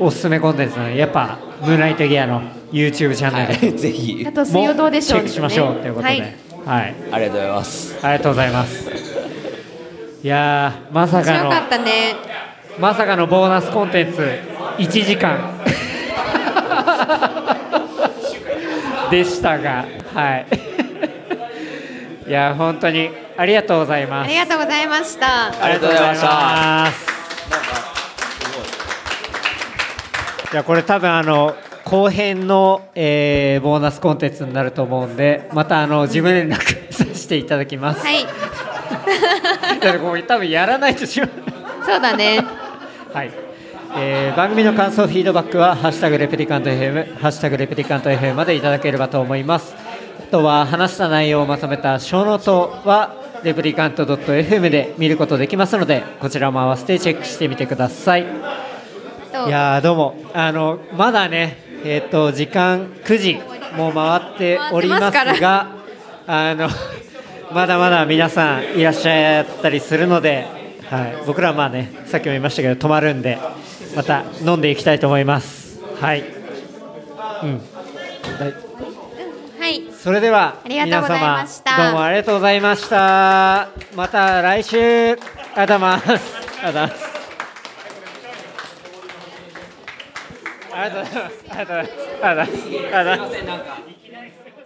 [SPEAKER 7] おすすめコンテンツなのでやっぱムーンライトギアの YouTube チャンネ
[SPEAKER 8] は
[SPEAKER 7] ル
[SPEAKER 8] い、ぜひ
[SPEAKER 3] あと水曜どうでしょう
[SPEAKER 7] もチェック
[SPEAKER 3] です
[SPEAKER 7] し
[SPEAKER 3] ね
[SPEAKER 7] ましょうということで、
[SPEAKER 3] は
[SPEAKER 7] はいい、
[SPEAKER 8] <laughs> ありがとうございます
[SPEAKER 7] ありがとうございます。いやーまさ
[SPEAKER 3] 面白
[SPEAKER 7] かの
[SPEAKER 3] かったね。
[SPEAKER 7] まさかのボーナスコンテンツ1
[SPEAKER 3] <laughs>
[SPEAKER 7] 時間でしたが、はい。いやー本当にありがとうございま
[SPEAKER 3] あ
[SPEAKER 7] す。
[SPEAKER 3] りがとうございました。
[SPEAKER 8] ありがとうございました
[SPEAKER 7] ありがとうございます。じゃあこれ多分あの後編の、えーボーナスコンテンツになると思うんでまたあの自分連絡させていただきます、
[SPEAKER 3] はい。
[SPEAKER 7] だからこれ多分やらないとしま
[SPEAKER 3] そうだね。
[SPEAKER 7] はい、えー番組の感想フィードバックは「ハッシュタグレプリカント FM」「ハッシュタグレプリカント FM」までいただければと思いますあとは話した内容をまとめた小ノートはレプリカント .fm で見ることできますのでこちらも合わせてチェックしてみてください
[SPEAKER 3] と
[SPEAKER 7] いやーどうもあのまだねえっ、と時間9時もう回っております
[SPEAKER 3] 回ってます
[SPEAKER 7] があのまだまだ皆さんいらっしゃったりするので、はい、僕らはまあねさっきも言いましたけど泊まるんでまた飲んでいきたいと思いますはい、うん、だい
[SPEAKER 3] はい。
[SPEAKER 7] それでは
[SPEAKER 3] ありがとうございました
[SPEAKER 7] 皆様どうもありがとうございましたまた来週ありがとうございますありがとうございますありがとうございますありがとうございますありがとうございます